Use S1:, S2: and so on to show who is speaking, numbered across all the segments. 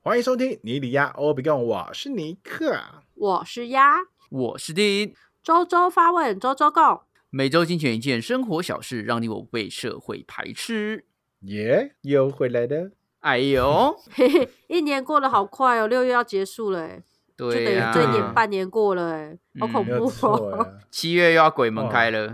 S1: 欢迎收听尼里亚欧比贡，我是尼克。
S2: 我是鸭，
S3: 我是丁，
S2: 周周发问，周周共。
S3: 每周精选一件生活小事，让你我不被社会排斥。
S1: 耶、又回来了。
S3: 哎呦，
S2: 嘿嘿， 一年过得好快哦，六月要结束了欸，就等
S3: 对
S2: 于
S3: 呀、
S2: 这一年半年过了欸，好
S3: 嗯
S2: 恐
S1: 没有
S2: 怖
S1: 错
S2: 哦。
S1: 啊，
S3: 七月又要鬼门开了，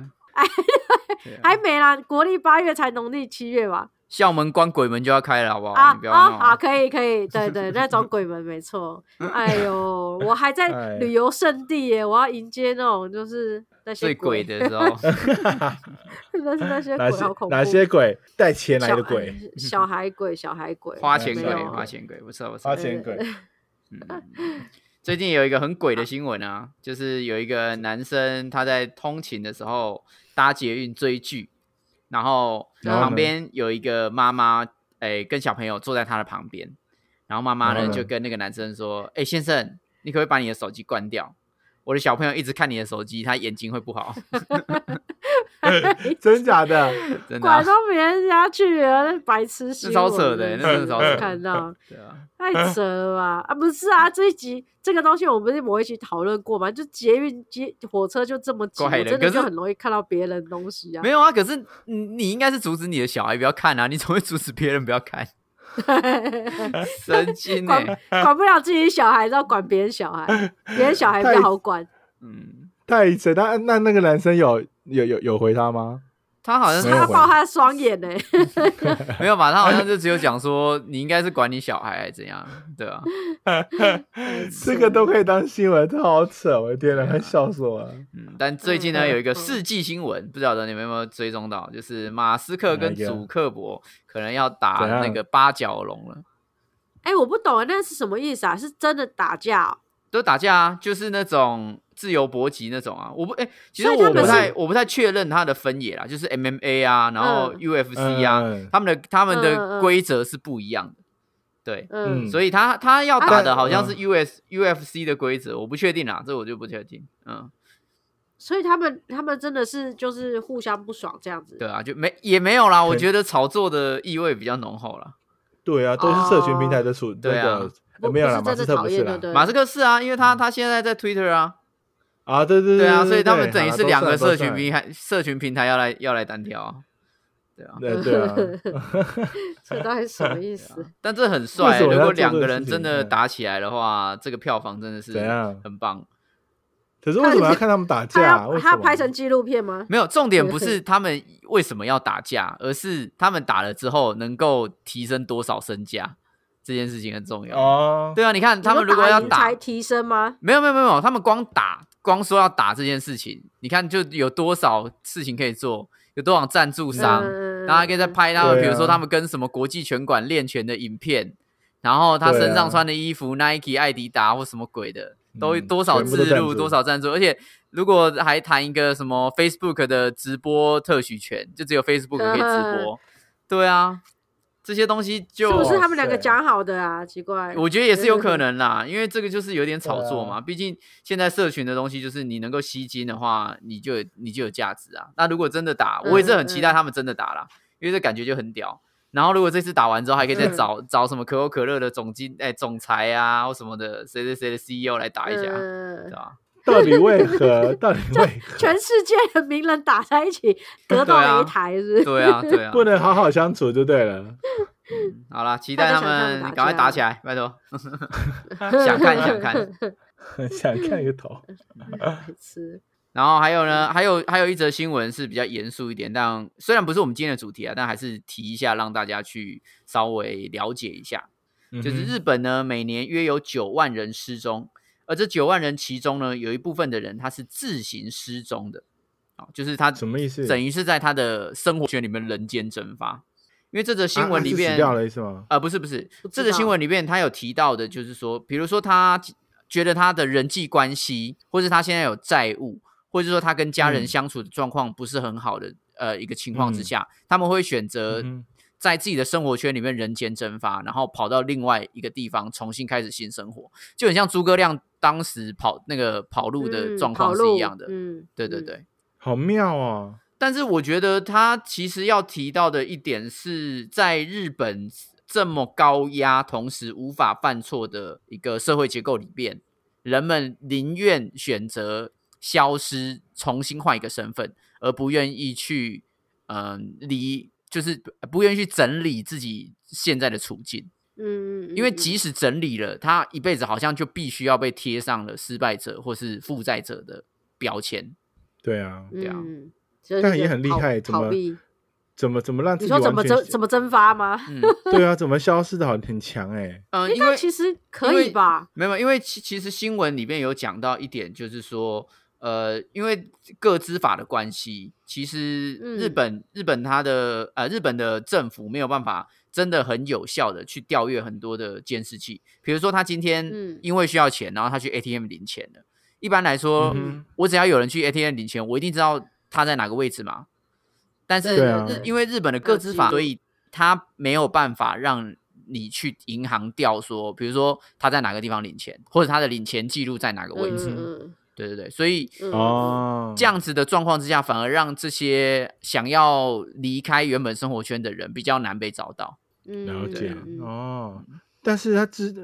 S3: 对啊
S2: 还没啦，国历八月才农历七月吧？
S3: 校门关，鬼门就要开了，好不好？
S2: 啊
S3: 哦你不要
S2: 啊
S3: 闹、
S2: 啊！可以可以，对对，那种鬼门没错。哎呦，我还
S1: 哎
S2: 在旅游胜地耶，我要迎接那种就是那些
S3: 最鬼
S2: 鬼，
S3: 的时候，
S2: 那是那些
S1: 哪
S2: 鬼，
S1: 些
S2: 好恐怖。
S1: 哪些鬼带钱来
S2: 小
S1: 的 鬼？
S2: 小孩鬼，小孩鬼，
S3: 花钱
S2: 没哦
S3: 鬼，
S2: 有啊
S3: 花钱鬼，不错不错
S1: 花。钱鬼，
S3: 嗯最近有一个很鬼的新闻啊，就是有一个男生他在通勤的时候搭捷运追剧，然后
S1: 然后呢
S3: 旁边有一个妈妈，哎、跟小朋友坐在他的旁边，然后妈妈
S1: 然
S3: 呢
S1: 后呢
S3: 就跟那个男生说：“哎、先生，你可不可以把你的手机关掉？我的小朋友一直看你的手机，他眼睛会不 好。
S1: 真假的？”
S3: 真的啊、
S2: 拐到别人家去了，那白痴
S3: 那
S2: 新
S3: 超
S2: 闻，
S3: 扯的欸，那
S1: 嗯
S3: 真的超扯
S2: 我
S3: 的。
S2: 看到
S3: 对啊，
S2: 太扯了吧？啊，不是啊，这一集这个东西我们不是某一集讨论过嘛？就捷运、捷火车就这么挤，
S3: 怪
S2: 我
S3: 的
S2: 真
S3: 可
S2: 的
S3: 是
S2: 就很容易看到别人的东西啊
S3: 没。有啊，可是你你应该是阻止你的小孩不要看啊，你怎么会阻止别人不要 看？神经哎、
S2: 管管不了自己小孩，要管别人小孩，别人小孩比较好管。
S3: 嗯，
S1: 太扯！那那那个男生有有有有回他吗？
S3: 他好像
S1: 没有
S2: 他
S1: 回
S2: 爆他的双 眼呢、
S3: 没有吧？他好像就只有讲说你应该是管你小孩还是怎样， 对啊，
S1: 这个都可以当新闻，这好扯！我的天哪，
S3: 对啊
S1: 快笑死我了！
S3: 嗯，但最近呢
S2: 嗯
S3: 有一个世纪新闻，不晓得你们有没有追踪到，就是马斯克跟
S1: 哪一个
S3: 祖克伯可能要打
S1: 怎样
S3: 那个八角笼了，
S2: 哎、我不懂啊，那是什么意思啊？是真的打架哦、
S3: 都打架啊，就是那种自由搏击那种啊，我不哎、其实
S2: 所以他
S3: 我
S2: 们
S3: 不太
S2: 是
S3: 我不太确认他的分野啦，就是 MMA 啊，然后
S2: 嗯
S3: UFC 啊，
S1: 嗯
S3: 他们的他们
S2: 嗯嗯
S3: 的
S2: 嗯
S3: 规则是不一样的，对，
S2: 嗯，啊
S1: 嗯
S3: 所以他他要打的
S1: 但
S3: 好像是 US、UFC 的规则，我不确定啦，这我就不确定。嗯，
S2: 所以他们他们真的是就是互相不爽这样子。
S3: 对啊，就没也没有啦，我
S1: 对
S3: 觉得炒作的意味比较浓厚啦。对
S1: 对啊，都是社群平台的处，
S3: 对啊
S1: 那个
S2: 不，
S1: 呃没有
S2: 不
S1: 啦，
S2: 是
S1: 马
S2: 真
S1: 斯
S2: 的
S1: 特不
S2: 讨
S1: 是
S2: 厌
S1: 啦
S2: 的，，对
S3: 马斯克是啊，因为他他现在在 Twitter 啊，
S1: 啊，对
S3: 对
S1: 对嗯对
S3: 啊，所以他们
S1: 对
S3: 等于
S1: 好啦
S3: 是两个
S1: 都算
S3: 社群平台社群平台要来要来单挑啊，对啊，
S1: 都算对对啊，
S2: 这到底什么意思？
S3: 但这很帅、欸
S1: 为什么
S3: 如果
S1: 要做这
S3: 两
S1: 个
S3: 个
S1: 事
S3: 人真的
S1: 情嗯
S3: 打起来的话，这个票房真的是
S1: 怎样
S3: 很棒。
S1: 可是为什么要看他们打
S2: 他
S1: 架啊？
S2: 要
S1: 为什
S2: 他
S1: 么
S2: 要拍成纪录片吗？
S3: 没有，重点不 是他们为什么要打架，而是他们打了之后能够提升多少身价，这件事情很重要。
S1: 哦，
S3: 对啊，你看他们如果要
S2: 你说
S3: 打
S2: 赢才，提升吗？
S3: 没有没有没有没有，他们光打，光说要打这件事情，你看就有多少事情可以做，有多少赞助商，
S2: 嗯
S3: 大家可以再拍他们，
S1: 对啊
S3: 比如说他们跟什么国际拳馆练拳的影片，然后他身
S1: 对啊
S3: 上穿的衣服、Nike、艾迪达或什么鬼的，都
S1: 嗯
S3: 多少
S1: 全部都
S3: 自
S1: 赞
S3: 录、
S1: 助
S3: 多少赞助，而且如果还谈一个什么 Facebook 的直播特许权，就只有 Facebook 可以直播，对啊，这些东西就是
S2: 嗯不是
S1: 哇
S2: 他们两个
S1: 塞
S2: 讲好的啊？奇怪，
S3: 我觉得也是有可能啦，因为这个就是有点炒作
S1: 对
S3: 嘛。毕竟现在社群的东西，就是你能够吸金的话，你就有你就有价值啊。那如果真的打，
S2: 嗯
S3: 我也是很期待他们真的打啦，因为这感觉就很屌。然后如果这次打完之后，还可以再找、找什么可口可乐的总经哎总裁啊或什么的谁谁谁的 CEO 来打一下，对
S2: 嗯
S3: 吧？
S1: 到底为何？到底为何
S2: 全世界的名人打在 一起，
S3: 啊
S2: 得到擂台是不是？
S3: 对啊，对啊。
S1: 不能好好相处就对了？
S3: 好啦，期待他们赶快打起来，拜托。 想看想看，
S1: 想看个头，
S3: 嗯啊
S2: 白痴
S3: 然后还有
S1: 嗯
S3: 呢，还有还有一则新闻是比较严肃一点，但虽然不是我们今天的主题啊，但还是提一下，让大家去稍微了解一下。
S1: 嗯
S3: 就是日本呢，每年约有九万人失踪，而这九万人其中呢，有一部分的人他是自行失踪的，好，就是他
S1: 什么意思？
S3: 等于是在他的生活圈里面人间蒸发。因为这则新闻里
S1: 啊啊是
S3: 面
S1: 死掉了意思吗？
S3: 呃，不是不是
S2: 不，知
S3: 这个新
S2: 道
S3: 闻里面他有提到的，就是说，比如说他觉得他的人际关系，或是他现在有债务，或者说他跟家人
S1: 嗯
S3: 相处的状况不是很好的，呃，一个情况之
S1: 嗯
S3: 下，他们会选择
S1: 嗯哼
S3: 在自己的生活圈里面人间蒸发，然后跑到另外一个地方重新开始新生活，就很像诸葛亮当时跑那个跑路的
S2: 嗯
S3: 状况
S2: 跑
S3: 是一
S2: 路
S3: 样的，
S2: 嗯，
S3: 对对
S2: 嗯，
S3: 对。
S1: 好妙哦！
S3: 但是我觉得他其实要提到的一点是在日本这么高压，同时无法犯错的一个社会结构里边，人们宁愿选择消失，重新换一个身份，而不愿意去嗯、理，就是不愿意去整理自己现在的处境。
S2: 嗯，
S3: 因为
S2: 嗯嗯
S3: 即使整理了，他一辈子好像就必须要被贴上了失败者或是负债者的标签。
S1: 对啊，
S3: 对啊
S2: 嗯就是
S1: 但也很厉
S2: 逃
S1: 害，怎
S2: 逃
S1: 么
S2: 避。
S1: 怎么怎么让自己
S2: 你说
S1: 完
S2: 怎么
S1: 全
S2: 蒸怎么蒸发吗？
S3: 嗯
S1: 对啊，怎么消失的很很强哎、
S3: 嗯、
S2: 诶
S3: 因
S2: 那
S3: 为
S2: 其实
S3: 因
S2: 可
S3: 为
S2: 以吧？
S3: 没有，因为其其实新闻里面有讲到一点，就是说，呃，因为各资法的关系，其实日
S2: 嗯
S3: 本、日本它的呃日本的政府没有办法真的很有效的去调阅很多的监视器，比如说他今天
S2: 嗯
S3: 因为需要钱，然后他去 ATM 领钱了。一般来说，
S1: 嗯
S3: 我只要有人去 ATM 领钱，我一定知道他在哪个位置嘛。但是
S1: 对啊
S3: 日因为日本的
S2: 还有
S3: 各资
S2: 记
S3: 法，
S2: 录
S3: 所以他没有办法让你去银行调说，比如说他在哪个地方领钱，或者他的领钱记录在哪个位置。
S2: 嗯
S3: 对对对，所以
S2: 嗯嗯
S1: 哦，
S3: 这样子的状况之下，反而让这些想要离开原本生活圈的人比较难被找到。
S2: 嗯
S1: 了
S2: 嗯
S1: 解、
S2: 嗯嗯
S1: 哦。但是他知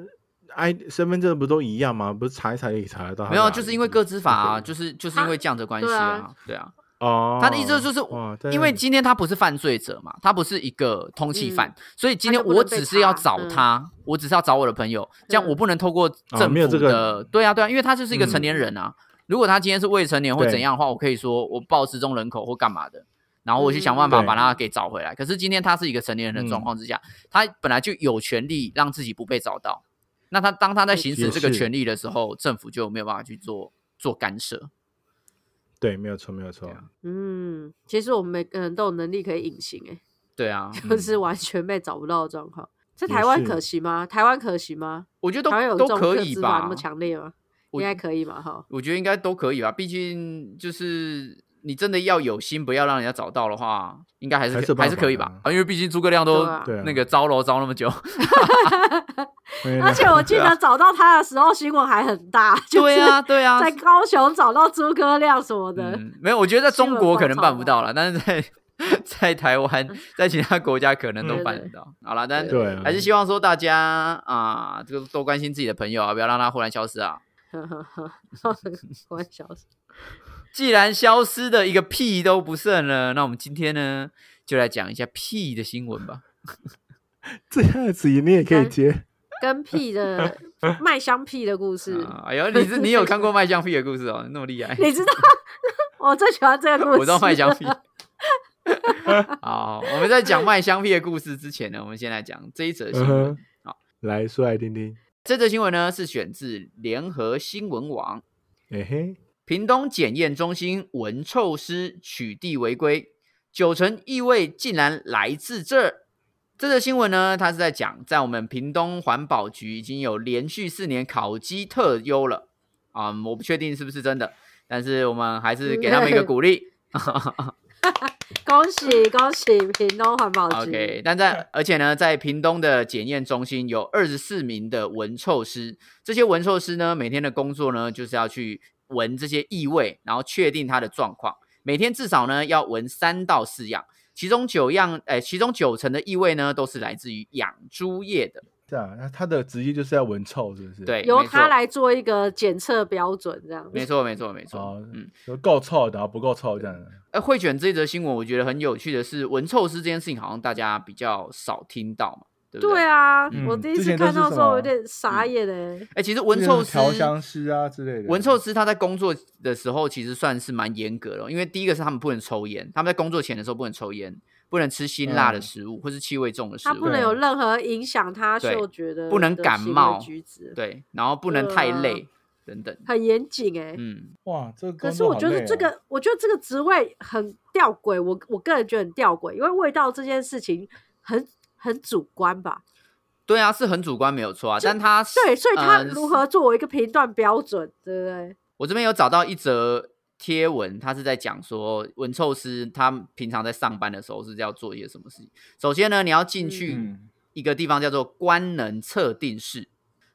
S1: I 身份证不都一样吗？不是查一查也查得到他哪
S3: 没
S1: 里。
S3: 有，啊就是因为各资法啊，
S1: 对
S3: 就是就是因为这样的关系啊，对啊。
S1: 哦，
S3: 他的意思就是
S1: 哇，但
S3: 因为今天他不是犯罪者嘛，他不是一个通缉犯，所以今天
S2: 嗯他就不
S3: 我
S2: 能被
S3: 只是要
S2: 查
S3: 找
S2: 嗯
S3: 他，我只是要找我的朋友，这样
S2: 嗯
S3: 我不能透过政
S1: 没有
S3: 府
S1: 这个嗯
S3: 的，对啊对啊，因为他就是一个成年人啊。如果他今天是未成年或
S1: 对
S3: 怎样的话，我可以说我报失踪人口或干嘛的，然后我去想办法
S1: 嗯
S3: 把他给找回来。可是今天他是一个成年人的状况之下，他本来就有权利让自己不被找到。那他当他在行使
S1: 也
S3: 这个
S1: 是
S3: 权利的时候，政府就没有办法去做做干涉。
S1: 对，没有错，没有错
S3: 对。啊
S2: 嗯，其实我们每个人都有能力可以隐形、欸，
S3: 对啊，
S1: 嗯
S2: 就是完全被找不到的状况。在
S1: 也
S2: 台湾
S1: 是
S2: 可行吗？台湾可行吗？
S3: 我觉得
S2: 台湾有
S3: 都
S2: 这
S3: 都
S2: 种
S3: 可
S2: 特
S3: 以
S2: 制
S3: 吧
S2: 法那么。强烈吗？
S3: 我
S2: 应该可以嘛，哈。
S3: 我觉得应该都可以吧，毕竟就是你真的要有心，不要让人家找到的话，应该还是可
S1: 还是有
S3: 还
S1: 办法
S3: 是可以
S1: 的
S3: 吧，啊，因为毕竟诸葛亮都
S2: 对啊
S1: 对啊
S3: 那个招楼招那么久，
S1: 因为
S2: 而且我记得找到他的时候，新闻还很大，就
S3: 对
S2: 是
S3: 啊，对啊，
S2: 在高雄找到诸葛亮什么的。
S3: 嗯，没有，我觉得在中国可能办不到
S2: 新
S3: 了，但是在 在台湾，在其他国家可能都
S2: 嗯对
S3: 办得
S2: 对
S3: 到。好了，但
S1: 对啊
S3: 还是希望说大家啊，这个多关心自己的朋友啊，不要让他忽然消失啊。
S2: 我很小声
S3: 既然消失的一个屁都不剩了，那我们今天呢，就来讲一下屁的新闻吧。
S1: 这样子你也可以接，
S2: 跟 屁的卖香屁的故事，
S3: 啊哎呦，你是你有看过卖香屁的故事哦，那么厉害，
S2: 你知道？ 我最喜欢这个故事。
S3: 我知道卖香屁。 好，我们在讲卖香屁的故事之前呢，我们先来讲这一则新
S1: 嗯
S3: 闻。
S1: 哼，
S3: 好，
S1: 来说来听听。
S3: 这则新闻呢是选自联合新闻网，
S1: 哎嘿，
S3: 屏东检验中心闻臭师取缔违规，九成异味竟然来自这儿。这则新闻呢，它是在讲，在我们屏东环保局已经有连续四年烤鸡特优了啊、我不确定是不是真的，但是我们还是给他们一个鼓励。
S2: 恭喜恭喜屏东环保局
S3: OK，但 在而且呢，在屏东的检验中心有二十四名的闻臭师，这些闻臭师呢，每天的工作呢，就是要去闻这些异味，然后确定它的状况。每天至少呢要闻三到四样，其中九样，哎、其中九成的异味呢都是来自于养猪业的。
S1: 这样，那他的职业就是要闻臭，是不是？
S3: 对，，
S2: 由
S3: 没
S2: 他
S3: 错，
S2: 来做一个检测标准，这样
S3: 没错，没错，没错
S1: 哦。
S3: 嗯，
S1: 就够臭，然后不够臭这样。
S3: 呃，会选这则新闻，我觉得很有趣的是，闻臭师这件事情好像大家比较少听到嘛，对不对？
S2: 对啊，
S1: 嗯
S2: 我第一
S1: 之
S2: 次
S1: 前都
S2: 看
S1: 是
S2: 到的时候，
S1: 什么
S2: 我有点傻
S3: 嗯
S2: 眼欸嘞。
S3: 哎、其实闻臭
S1: 就是
S3: 师
S1: 调香师啊之类的。
S3: 文臭师他在工作的时候其实算是蛮严格的哦，因为第一个是他们不能抽烟，他们在工作前的时候不能抽烟，不能吃辛辣的
S1: 嗯
S3: 食物、或是气味重的食
S2: 他
S3: 物
S2: 不，能有任何影响他
S3: 对
S2: 嗅觉的，
S3: 不能
S2: 的
S3: 感
S2: 行为
S3: 冒
S2: 举止，
S3: 对，然后不能太累、等等，
S2: 很严谨哎。
S3: 嗯，
S1: 哇，这个
S2: 可
S1: 工
S2: 是
S1: 作
S2: 我
S1: 好
S2: 觉
S1: 累
S2: 得
S1: 哦
S2: 这个，我觉得这个职位很吊诡，我我个人觉得很吊诡，因为味道这件事情很很主观吧。
S3: 对啊，是很主观没有错啊，但他
S2: 对，所以他
S3: 呃
S2: 如何作为一个评断标准，对不对？
S3: 我这边有找到一则贴文，他是在讲说闻臭师他平常在上班的时候是要做一些什么事情。首先呢，你要进去
S1: 嗯
S3: 一个地方叫做官能测定室。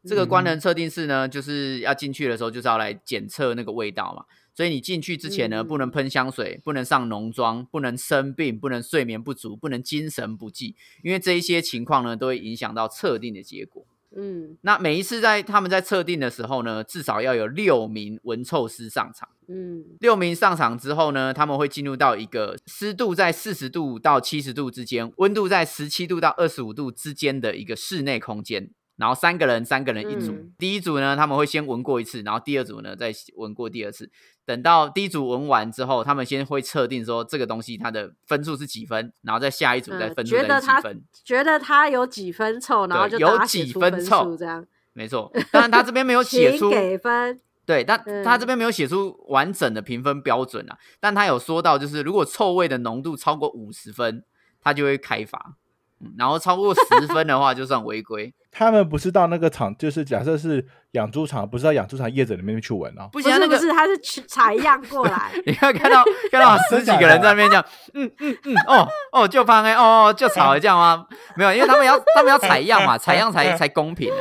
S3: 这个官能测定室呢，就是要进去的时候就是要来检测那个味道嘛。所以你进去之前呢，
S2: 嗯
S3: 不能喷香水，不能上浓妆，不能生病，不能睡眠不足，不能精神不济，因为这一些情况呢，都会影响到测定的结果。
S2: 嗯
S3: 那每一次在他们在测定的时候呢，至少要有六名闻臭师上场。
S2: 嗯
S3: 六名上场之后呢，他们会进入到一个湿度在四十度到七十度之间，温度在十七度到二十五度之间的一个室内空间。然后三个人，三个人一组。
S2: 嗯
S3: 第一组呢，他们会先闻过一次，然后第二组呢再闻过第二次。等到第一组闻完之后，他们先会测定说这个东西它的分数是几分，然后在下一组再
S2: 嗯
S3: 分数
S2: 觉
S3: 再
S2: 得
S3: 是
S2: 它
S3: 几分。
S2: 觉得他有几分臭，然后
S3: 对
S2: 就
S3: 有
S2: 打写
S3: 几
S2: 出
S3: 分
S2: 分
S3: 臭
S2: 数这样，
S3: 没错，当然他这边 没有写
S2: 请
S3: 出
S2: 给分。
S3: 对，但
S2: 嗯
S3: 他这边没有写出完整的评分标准啊，但他有说到，就是如果臭味的浓度超过五十分，他就会开罚，嗯然后超过十分的话就算违规。
S1: 他们不是到那个场，就是假设是养猪场，不是到养猪场业者里面去闻哦。
S3: 不
S2: 不
S3: 行啊，
S2: 是
S3: 那
S2: 不
S3: 个
S2: 是，他是去采样过来，
S3: 你看看到看 到十几个人在那边讲，嗯嗯嗯，哦哦，就放哎，哦哦就吵这样吗？没有，因为他们要他们要采样嘛，采样才才公平啊。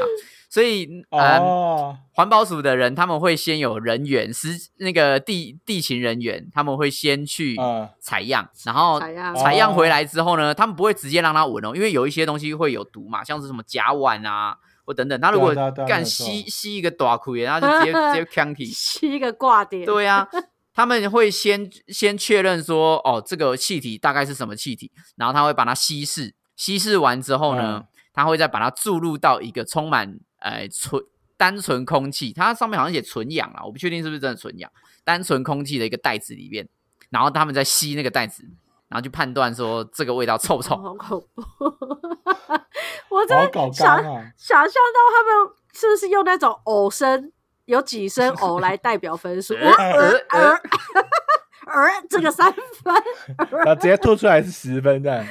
S3: 所以，嗯，
S1: 哦，
S3: 环保署的人他们会先有人员，是那个地地勤人员，他们会先去
S1: 嗯
S3: 采样，然后
S2: 采样
S3: 采样回来之后呢，他们不会直接让他闻哦，因为有一些东西会有毒嘛，像是什么甲烷啊或等等，他如果
S1: 对啊对啊对啊
S3: 干
S1: 没错
S3: 吸吸一个大苦然后就 直接直接呛体。
S2: 是一个挂点。
S3: 对啊，他们会先先确认说，哦，这个气体大概是什么气体，然后他会把它稀释，稀释完之后呢，
S1: 嗯
S3: 他会再把它注入到一个充满呃纯单纯空气，它上面好像写纯氧啦，我不确定是不是真的纯氧，单纯空气的一个袋子里面，然后他们再吸那个袋子。然后去判断说这个味道臭不臭，
S2: 哦好恐怖！ 我真
S1: 好
S2: 的
S1: 搞
S2: 想、
S1: 刚啊！
S2: 想象到他们是不是用那种偶声，有几 声偶来代表分数？
S3: 呃
S2: 我
S1: 哎
S3: 呃
S2: 呃
S3: 呃
S2: 呃呃，这个三 分，
S1: 然后直接吐出来是十分这样。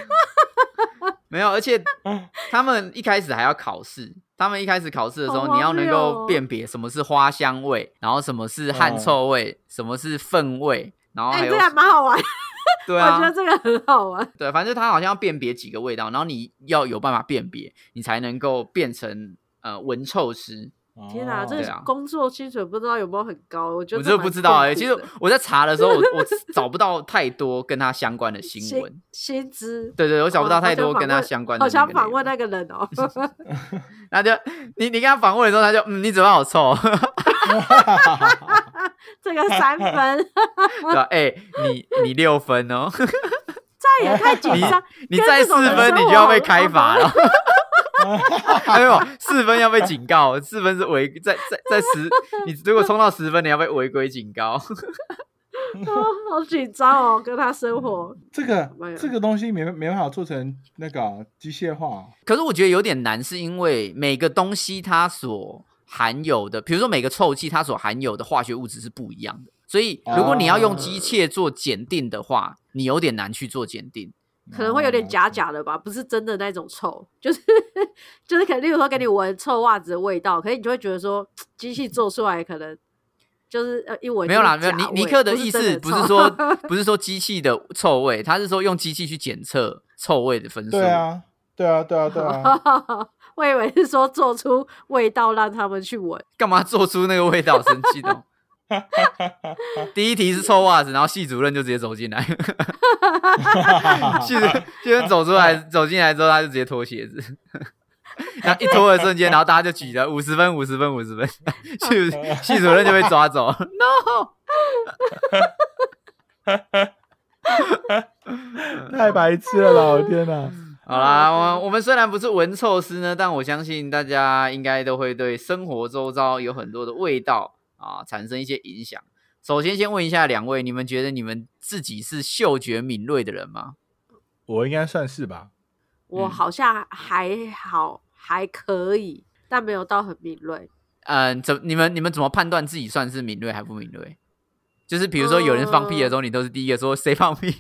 S3: 没有，而且
S1: 嗯
S3: 他们一开始还要考试。他们一开始考试的时候，
S2: 好荒
S3: 你要能够
S2: 谬哦
S3: 辨别什么是花香味，然后什么是汗臭味，什么是粪味，然后
S2: 哦哎、
S3: 还有
S2: 这还蛮好玩，
S3: 对
S2: 我觉
S3: 啊哦
S2: 得，这个很好玩。
S3: 对，反正他好像要辨别几个味道，然后你要有办法辨别，你才能够变成呃闻臭师。
S2: 天
S1: 哦
S2: 哪、这
S3: 对
S2: 个
S3: 啊
S2: 工作薪水不知道有没有很高？我觉
S3: 我
S2: 得
S3: 真的
S2: 蛮
S3: 不知道哎、
S2: 痛苦
S3: 其实
S2: 的
S3: 我在查的时候，我我 找不到太多跟他相关的新闻。
S2: 薪资。
S3: 对对，我找不到
S2: 哦好
S3: 太
S2: 想
S3: 多跟
S2: 访
S3: 他
S2: 问
S3: 相关的。
S2: 好想访问，那个 人哦，
S3: 那就你你跟他访问的时候，他就嗯，你嘴巴好臭。
S2: 这个三分，
S3: 对吧、哎、你你六分哦，
S2: 这样也太紧张。
S3: 你再四分你就要被开罚了。哎呦，四分要被警告，四分是违在在在十，你如果冲到十分，你要被违规警告。
S2: 哦，好紧张哦，跟他生活。
S1: 这个
S2: 没有
S1: 这个东西没没办法做成那个啊机械化
S3: 可是我觉得有点难，是因为每个东西它所含有的，比如说每个臭气它所含有的化学物质是不一样的，所以如果你要用机械做检定的话，你有点难去做检定。
S1: 哦，
S2: 可能会有点假假的吧，不是真的那种臭，就是就是可能，例如说给你闻臭袜子的味道，可是你就会觉得说，机器做出来可能就是呃一闻
S3: 没有啦，没
S2: 就是
S3: 有
S2: 假
S3: 尼
S2: 味
S3: 尼克的
S2: 不
S3: 意
S2: 真
S3: 思不是
S2: 臭
S3: 说不是说机器的臭味，他是说用机器去检测臭味的分数。
S1: 对，啊，对啊，对啊，对 啊，
S2: 我以为是说做出味道让他们去闻，
S3: 干嘛做出那个味道？生气 的。哦第一题是臭袜子，然后系主任就直接走进 来，系主系主任走出来走进来之后，他就直接脱鞋子。然后一脱的瞬间，然后大家就举了五十分，五十分，五十分， 系 主系主任就被抓走。No，
S1: 太白痴了啦！我天哪，
S3: 好
S2: 嗯
S3: 啦，我我们虽然不是闻臭师呢，但我相信大家应该都会对生活周遭有很多的味道啊产生一些影响。首先，先问一下两位，你们觉得你们自己是嗅觉敏锐的人吗？
S1: 我应该算是吧？
S2: 我
S3: 嗯
S2: 好像还好还可以，但没有到很敏锐。
S3: 嗯，怎你们你们怎么判断自己算是敏锐还不敏锐？就是比如说有人放屁的时候，你都是第一个说谁放屁，是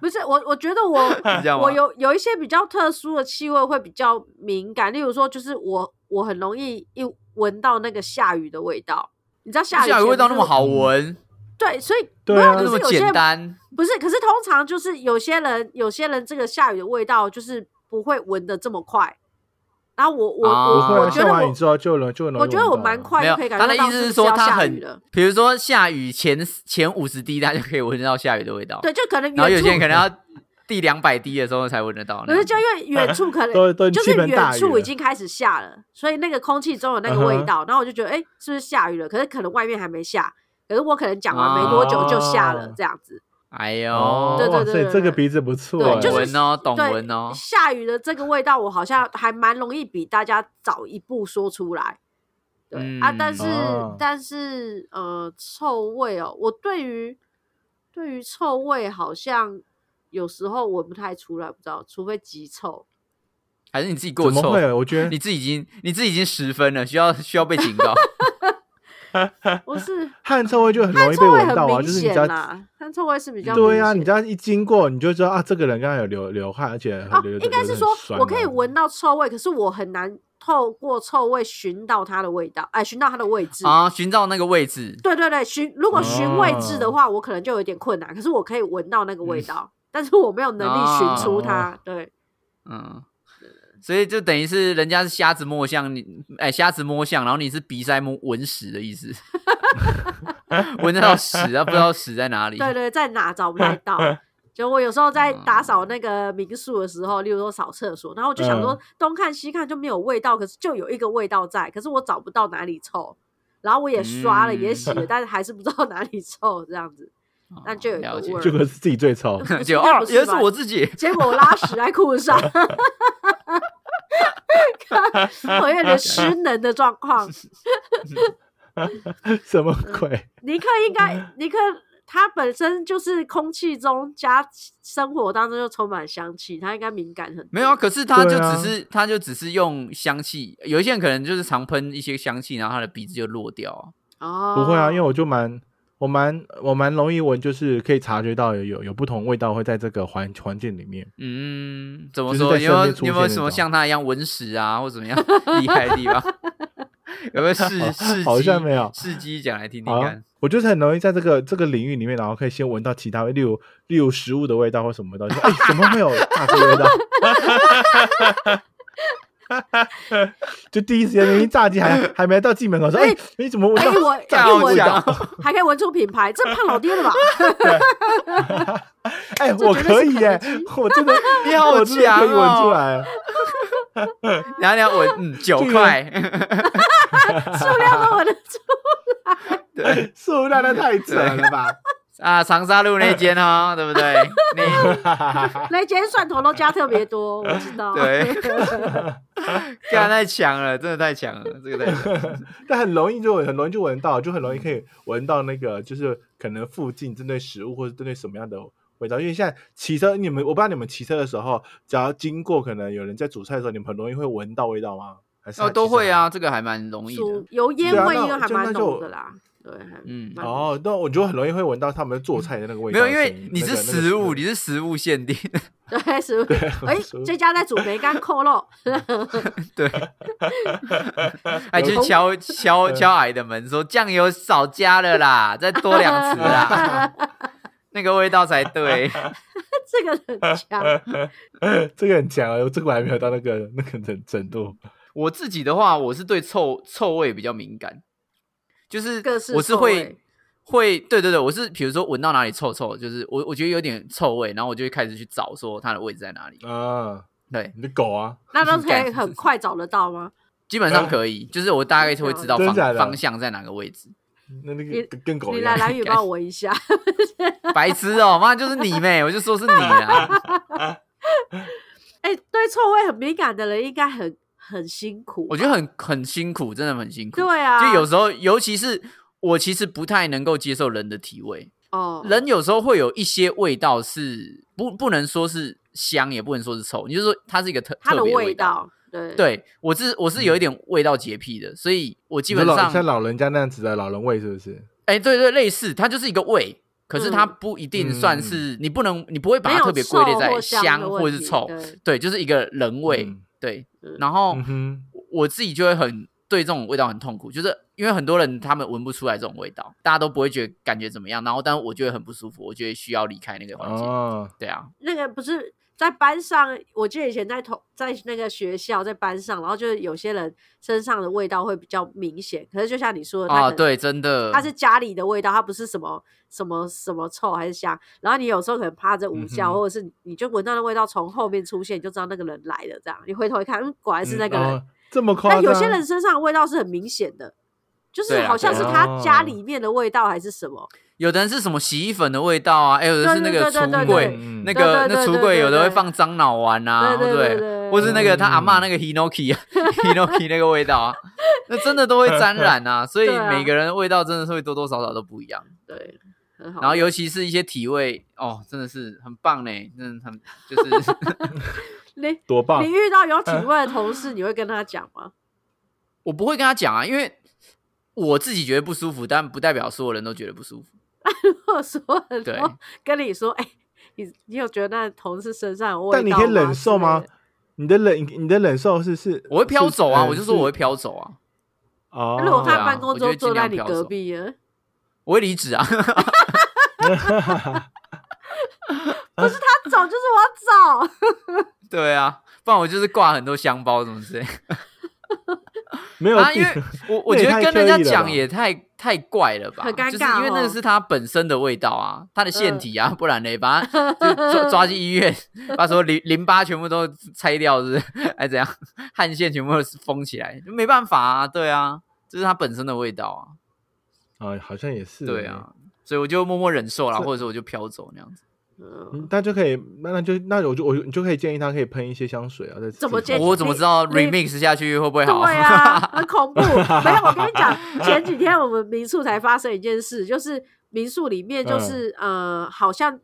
S2: 不是我，我觉得 我
S3: 这样吗
S2: 我？有有一些比较特殊的气味会比较敏感，例如说，就是我我很容易一闻到那个下雨的味道。你知道下雨
S3: 下雨
S2: 前
S3: 味道那
S2: 不是
S3: 么好闻，
S2: 对，所以
S1: 对
S2: 没有
S1: 啊
S2: 可
S3: 那
S2: 是
S3: 么
S2: 有些
S3: 简
S2: 人
S3: 单，
S2: 不是，可是通常就是有些人有些人这个下雨的味道就是不会闻的这么快，然后我我
S3: 啊
S1: 不会
S2: 我
S1: 啊，
S2: 哦我觉
S1: 下
S2: 得
S1: 完雨
S2: 我
S1: 之后就能就能用到啊。
S2: 我觉得我蛮快
S3: 没有
S2: 就可以感
S3: 他
S2: 觉
S3: 的
S2: 到
S3: 意思
S2: 是
S3: 说
S2: 要
S3: 他
S2: 下
S3: 很
S2: 雨了。，
S3: 比如说下雨前前五十滴，大家就可以闻得到下雨的味道。
S2: 对，，就可能
S3: 然后有
S2: 远处
S3: 些人可能要滴两百滴的时候才闻得到。
S2: 可是就因为远处可能
S1: 都都
S2: 就
S1: 基
S2: 是
S1: 本大
S2: 远
S1: 雨
S2: 处已
S1: 了
S2: 经开始下了，所以那个空气中有那个
S1: 嗯啊
S2: 味
S1: 哼
S2: 道，然后我就觉得，哎、是不是下雨了？可是可能外面还没下，可是我可能讲完没多久就下了，
S1: 哦
S2: 这样子。
S3: 哎呦，
S1: 哦，
S2: 对对
S1: 哇塞，这个鼻子不错哎，
S2: 对就是
S3: 懂闻哦，懂
S2: 对
S3: 闻哦，
S2: 下雨的这个味道，我好像还蛮容易比大家早一步说出来。对、啊，但
S3: 嗯
S2: 是、
S1: 哦
S2: 但是呃，臭味哦，我对于对于臭味好像有时候闻不太出来，不知道，除非 极臭。
S3: 还是你自己过
S1: 怎么
S3: 臭？
S1: 会？我啊觉
S3: 你
S1: 得
S3: 自己已经你自己已经十分了，需要需要被警告。
S2: 我是
S1: 汗臭味就很容
S2: 汗
S1: 易被
S2: 臭味
S1: 闻
S2: 很
S1: 到啊，
S2: 明
S1: 就是你只
S2: 显
S1: 要
S2: 啦，汗臭味是比较
S1: 对
S2: 呀、
S1: 啊，你只要一经过，你就知道啊，这个人刚刚有流流汗，而且
S2: 哦，
S1: 流
S2: 应该是说我可以，闻
S1: 流得很酸啊
S2: 到臭味，可是我很难透过臭味寻到它的味道，哎，寻到它的位置。
S3: 啊，寻找那个位置。
S2: 对对对，寻如果寻位置
S1: 哦
S2: 的话，我可能就有点困难，可是我可以闻到那个味道，但是我没有能力寻出它。对
S3: 嗯，所以就等于是人家是瞎子摸象，你哎瞎子摸象，然后你是鼻塞摸闻屎的意 思，闻得到屎啊，不知道屎在哪里。
S2: 对对，在哪找不太 到。就我有时候在
S1: 嗯
S2: 打扫那个民宿的时候，例如说扫厕所，然后我就想说
S1: 嗯
S2: 东看西看就没有味道，可是就有一个味道在，可是我找不到哪里臭，然后我也刷了，也洗
S1: 嗯
S2: 了，但是还是不知道哪里臭这样子。
S3: 哦
S2: 那就有一
S3: 了
S2: 个
S3: 解
S2: 味，儿
S1: 这个是自己最 臭，
S3: 就
S2: 应该
S3: 哦
S2: 不，是
S3: 原来
S2: 吧
S3: 是我自己。
S2: 结果我拉屎在裤上，我有点失能的状况。
S1: 什么鬼？
S2: 尼克应 该，尼克他本身就是空气中加生活当中就充满香气，他应该敏感很。
S3: 没有啊，可是他就
S1: 对啊
S3: 只是、他就只是用香气，有一些人可能就是常喷一些香气，然后他的鼻子就落掉啊。
S2: 哦，
S1: 不会啊，因为我就蛮我蛮我蛮容易闻，就是可以察觉到有有有不同味道会在这个环环境里面。
S3: 嗯，怎么
S1: 就是
S3: 说？
S1: 在
S3: 你有没有
S1: 身边出
S3: 你有没有
S1: 现那
S3: 什么
S1: 种
S3: 像他一样闻屎啊，或怎么样 厉害的地方？有没有试试
S1: 好像
S3: 机
S1: 没有
S3: 试机讲来听听
S1: 好啊
S3: 看。，
S1: 我就是很容易在这个这个领域里面，然后可以先闻到其他，例如例如食物的味道或什么味道，就说哎，怎么会有大便味道？ 就第一时间，明明炸鸡还还没到进门口，说：“哎、你怎么闻
S2: 哎，
S1: 到
S2: 我
S1: 炸
S2: 哎
S1: 鸡的
S2: 我
S1: 味道
S3: 讲？”
S2: 还可以闻出品牌，这胖老爹 了吧？
S1: 哎、
S2: 这
S1: 我
S2: 绝对
S1: 可
S2: 是
S1: 以
S2: 肯
S1: 耶、
S2: 德基
S1: 我真的，
S3: 你好
S1: 我真的可以
S3: 强
S1: 闻出
S3: 哦
S1: 来。
S3: 然后你要闻，嗯，九
S1: 这个
S3: 块，
S2: 塑料都闻得出。
S3: 对
S1: 塑料的太扯了吧！
S3: 啊，长沙路那间 哈，对不对？那
S2: 那间蒜头都加特别多，我知道。
S3: 对， 干太强了，真的太强了，这个太强了。
S1: 但很容易就很容易就闻到，就很容易可以闻到那个，就是可能附近针对食物或者针对什么样的味道。因为现在骑车，你们我不知道你们骑车的时候，只要经过可能有人在煮菜的时候，你们很容易会闻到味道吗？还是
S3: 哦，都会
S1: 啊。
S3: 啊，这个还蛮容易的
S2: 属。油烟
S1: 对啊
S2: 味
S1: 那
S2: 应该
S1: 我
S2: 还
S1: 就
S2: 蛮
S1: 那就
S2: 浓的啦。对，还
S3: 嗯
S2: 蛮
S1: 哦，那我就很容易会闻到他们做菜的那个味
S3: 没
S1: 道
S3: 有，
S1: 的
S3: 因
S1: 声音。
S3: 为你
S1: 那
S3: 是
S1: 个
S3: 食物，你
S1: 那个
S3: 是食物限定，
S2: 对，食物。哎
S1: 食物，
S2: 这家在煮梅干扣肉，
S3: 对，还去 敲敲敲阿姨的门说酱油少加了啦，再多两匙啦，那个味道才对。
S2: 这 个很强。
S1: 这个很强啊，这个我还没有到那个那个程程度。
S3: 我自己的话，我是对臭臭味比较敏感，就是
S2: 各式
S3: 我是
S2: 臭
S3: 会
S2: 味
S3: 会对对对，我是比如说闻到哪里臭臭，就是我我觉得有点臭味，然后我就会开始去找说它的位置在哪里。
S1: 啊，
S3: 对，
S1: 你的狗啊，
S2: 那都可
S3: 干
S2: 以很快找得到吗？
S3: 基本上可以，就是我大概就会知道
S1: 真
S3: 方
S1: 假的
S3: 方向在哪个位置。
S1: 那那
S2: 你
S1: 个跟跟狗
S2: 你
S1: 一
S2: 来
S1: 样。
S2: 蓝宇帮我闻一下，
S3: 白痴哦、妈就是你妹，我就说是你啊。
S2: 哎、对臭味很敏感的人应该很很辛苦吧。
S3: 我觉得很很辛苦，真的很辛苦。
S2: 对啊，
S3: 就有时候，尤其是我其实不太能够接受人的体味，
S2: 哦，
S3: 人有时候会有一些味道是不不能说是香，也不能说是臭，你就说它是一个特
S2: 它
S3: 特
S2: 的
S3: 别的
S2: 味
S3: 道。
S2: 道，对，
S3: 对我是我是有一点味道洁癖的，所以我基
S1: 你说
S3: 本
S1: 老
S3: 上
S1: 像老人家那样子的老人味是不是？
S3: 哎、对对，类似它就是一个味。可是它
S2: 嗯
S3: 不一定算是、你不能，你不会把
S2: 没
S3: 它
S2: 有
S3: 特别归类
S2: 臭
S3: 在
S2: 或
S3: 香
S2: 的
S3: 或
S2: 问
S3: 是
S2: 题
S3: 臭，
S2: 对
S3: 对，就是一个人味，
S1: 嗯
S3: 对
S2: 嗯。
S3: 然 后、
S1: 嗯哼，
S3: 我自己就会很对这种味道很痛苦，就是因为很多人他们闻不出来这种味道，大家都不会觉得感觉怎么样，然后但我觉得很不舒服，我觉得需要离开那个环境。
S1: 哦，
S3: 对啊，
S2: 那个不是。在班上，我记得以前在同在那个学校，在班上，然后就是有些人身上的味道会比较明显。可是就像你说的，他
S3: 啊，
S2: 可能
S3: 对，真的，
S2: 它是家里的味道，它不是什么什么什么臭还是香。然后你有时候可能趴着午觉，
S1: 嗯哼
S2: 或者是你就闻到那味道从后面出现，你就知道那个人来了。这样你回头一看，嗯，果然是那个人。
S1: 哦这么夸
S2: 但
S1: 张？
S2: 有些人身上的味道是很明显的，就是
S3: 对啊
S2: 好像
S3: 对
S2: 是
S1: 啊
S2: 他家里面的味道还是什么。
S3: 有的人是什么洗衣粉的味道啊，哎，有的是那个
S2: 对对对
S3: 橱
S2: 对
S3: 柜
S2: 对，
S1: 嗯
S3: 那个
S2: 对对
S3: 那
S2: 对
S3: 橱
S2: 对
S3: 柜有的
S2: 对
S3: 会
S2: 对
S3: 放樟脑丸啊，
S2: 对
S3: 不
S2: 对
S3: 对？
S2: 对对，
S3: 或是那个他阿
S1: 嗯
S3: 嬷那个 hinoki 啊 ，hinoki 那个味道啊，那真的都会沾染啊，所以
S2: 对啊
S3: 每个人的味道真的是会多多少少都不一样。
S2: 对，很好
S3: 然后
S2: 闻。
S3: 尤其是一些体味，哦，真的是很棒呢，真的很就是
S2: 你
S1: 多棒
S2: 你！遇到有体味的同事，你会跟他讲吗？
S3: 我不会跟他讲啊，因为我自己觉得不舒服，但不代表所有人都觉得不舒服。
S2: 或者说很
S3: 对
S2: 多跟你说，哎、你你有觉得那同事身上有味道
S1: 但你可以忍
S2: 吗
S1: 受吗
S2: 之类的？
S1: 你的忍，你的忍受是是，
S3: 我会飘走啊，我就说我会
S1: 会
S3: 飘走啊，
S1: 哦，
S2: 如果
S3: 对
S2: 他
S3: 啊
S2: 办公
S3: 我就
S2: 桌
S3: 会尽
S2: 坐在
S3: 量
S2: 你
S3: 飘
S2: 隔
S3: 走
S2: 壁呢？
S3: 我会离职啊。
S2: 他走就是我走，
S3: 对啊，不然我就是挂很多香包什么之类。
S1: 没有
S3: 啊，因
S1: 地
S3: 为 我我
S1: 那
S3: 觉得
S1: 也太
S3: 跟人家
S1: 刻意了
S3: 讲
S1: 吧
S3: 也太太怪了吧，
S2: 很尴
S3: 就是
S2: 尬
S3: 因为那个
S2: 哦
S3: 是他本身的味道啊，他的腺
S2: 嗯
S3: 体啊，不然嘞，把他就抓抓去医院，把所有淋淋巴全部都拆掉，是不是 还怎样？汗腺全部都封起来，就没办法啊，对啊，这是他本身的味道啊，
S1: 啊，好像也是
S3: 对啊，所以我就默默忍受啦，
S1: 这
S3: 或者是我就飘走那样子。
S1: 嗯，
S2: 嗯，
S1: 那就可以，那那就那我就我就你就可以建议他可以喷一些香水啊，在
S2: 怎么
S1: 自己
S2: 建
S1: 头
S2: 议
S3: 我怎么知道
S2: 你
S3: remix 下去会不会好？
S2: 对 啊，很恐怖。没有，我跟你讲，前几天我们民宿才发生一件事，就是民宿里面就是、
S3: 嗯
S2: 呃，好像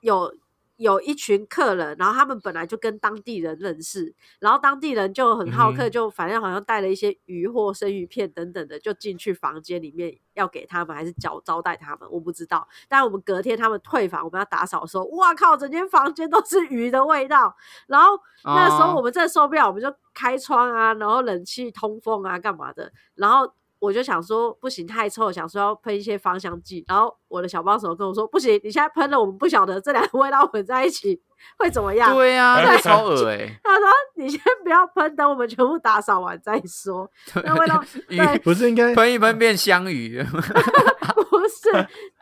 S2: 有。有一群客人，然后他们本来就跟当地人认识，然后当地人就很好
S1: 嗯
S2: 客，就反正好像带了一些鱼或生鱼片等等的，就进去房间里面要给他们，还是招招待他们，我不知道。但我们隔天他们退房，我们要打扫的时候，哇靠，整间房间都是鱼的味道。然后
S3: 哦
S2: 那时候我
S3: 们
S2: 们真的受不了，我们就开窗啊，然后冷气通风啊，干嘛的。然后我就想说不行，太臭了，想说要喷一些芳香剂。然后我的小帮手跟我说不行，你现在喷了，我们不晓得这两个味道混在一起 会怎么样。
S3: 对啊，那
S1: 对
S3: 超恶哎，
S2: 他说你先不要喷，等我们全部打扫完再说。那味道
S3: 鱼
S2: 对
S1: 不是应该
S3: 喷一喷变香鱼。
S2: 不是，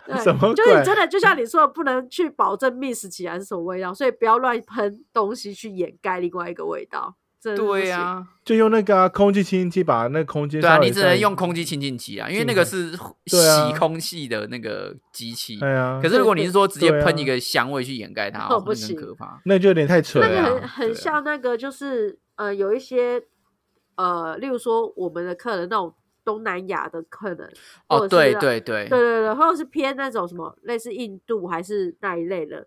S2: 对
S1: 什么
S2: 就是
S1: 鬼
S2: 你真的就像你说的，不能去保证 miss 起来是什么味道，所以不要乱喷东西去掩盖另外一个味道。真的是 不
S3: 对
S2: 行
S3: 呀、啊。
S1: 就用那个啊空气清新机把那个空间
S3: 对啊，
S1: 稍微
S3: 你只能
S1: 再
S3: 用空气清净机啊，因为那个是
S1: 对啊
S3: 洗空气的那个机器。
S1: 对啊，
S3: 可是如果你是说直接
S1: 对啊
S3: 喷一个香味去掩盖它，
S2: 哦
S3: 哦那个
S2: 不
S3: 很
S2: 行
S3: 可怕。
S1: 那就有点太扯
S2: 那
S1: 了
S2: 个
S3: 对
S1: 啊。
S2: 很很
S3: 对啊
S2: 像那个，就是呃，有一些呃，例如说我们的客人那种东南亚的客人，
S3: 哦，
S2: 或者是
S3: 对
S2: 那
S3: 对对
S2: 对对对，或者是偏那种什么类似印度还是那一类的，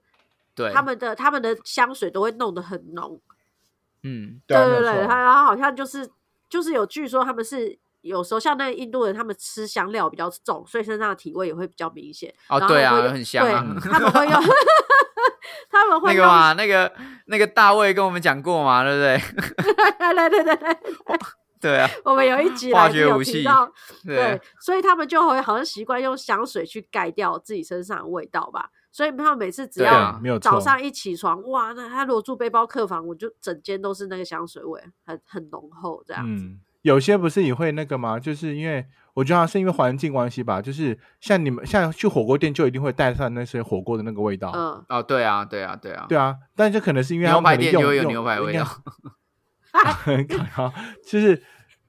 S3: 对，
S2: 他们的他们的香水都会弄得很浓，
S3: 嗯，
S1: 对啊
S2: 对
S1: 没有
S2: 对，
S1: 错
S2: 他然后好像就是就是有据说他们是。有时候像那个印度人，他们吃香料比较重，所以身上的体味也会比较明显。
S3: 哦
S2: 然后
S3: 对啊
S2: 会用
S3: 很香啊
S2: 对，他们会用， 他们
S3: 那
S2: 会
S3: 个
S2: 用，
S3: 嘛，那个那个大卫跟我们讲过嘛，对不 对？
S2: 对对对对对，
S3: 对啊，
S2: 我们有一集
S3: 化
S2: 来宾
S3: 学
S2: 有
S3: 武器
S2: 提到，
S3: 对，
S2: 所以他们就会好像习惯用香水去盖掉自己身上的味道吧。所以他们每次只
S3: 对
S2: 要
S3: 啊
S1: 对，没有错
S2: 早。上一起床，哇，那他如果住背包客房，我就整间都是那个香水味，很很浓厚这样。
S1: 嗯，有些不是也会那个吗？就是因为我觉得好像是因为环境关系吧，就是像你们像去火锅店就一定会带上那些火锅的那个味道。
S2: 嗯，
S3: 哦对啊，对啊，对啊，
S1: 对啊，但是可能是因为他
S3: 牛
S1: 们
S3: 排
S1: 可能
S3: 店
S1: 用
S3: 就会有
S1: 用
S3: 牛排味
S1: 应该
S3: 道。
S1: 很搞笑，就是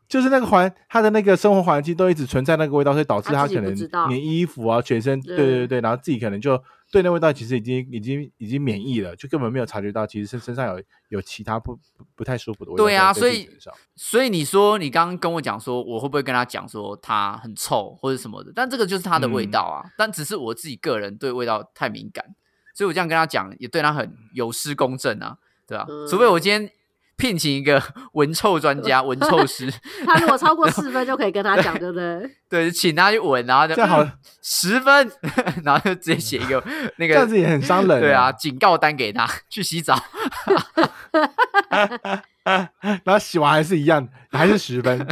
S1: 就是那个环，他的那个生活环境都一直存在那个味道，所以导致
S2: 他
S1: 他
S2: 自己
S1: 可
S2: 不
S1: 能
S2: 知道
S1: 连衣服啊、全身，对
S2: 对
S1: 对对对，然后自己可能就对那味道其实已经已经已经免疫了，就根本没有察觉到其实身身上有有其他不不不太舒服的味道在。
S3: 对啊
S1: 在
S3: 所
S1: 自己
S3: 以
S1: 身上
S3: 所以你说你刚刚跟我讲说，我会不会跟他讲说他很臭或者什么的？但这个就是他的
S1: 嗯
S3: 味道啊，但只是我自己个人对味道太敏感，所以我这样跟他讲也对他很有失公正啊，对啊，
S2: 嗯
S3: 除非我今天聘请一个 闻臭专家、闻臭师，
S2: 他如果超过四分就可以跟他 讲，对不对？
S3: 对，请他去闻，然后就
S1: 这样好嗯
S3: 嗯十分，然后就直接写一个那
S1: 这样
S3: 个。
S1: 子也很伤人。
S3: 对啊，，警告单给他去洗澡，
S1: 然后洗完还是一样，还是十分。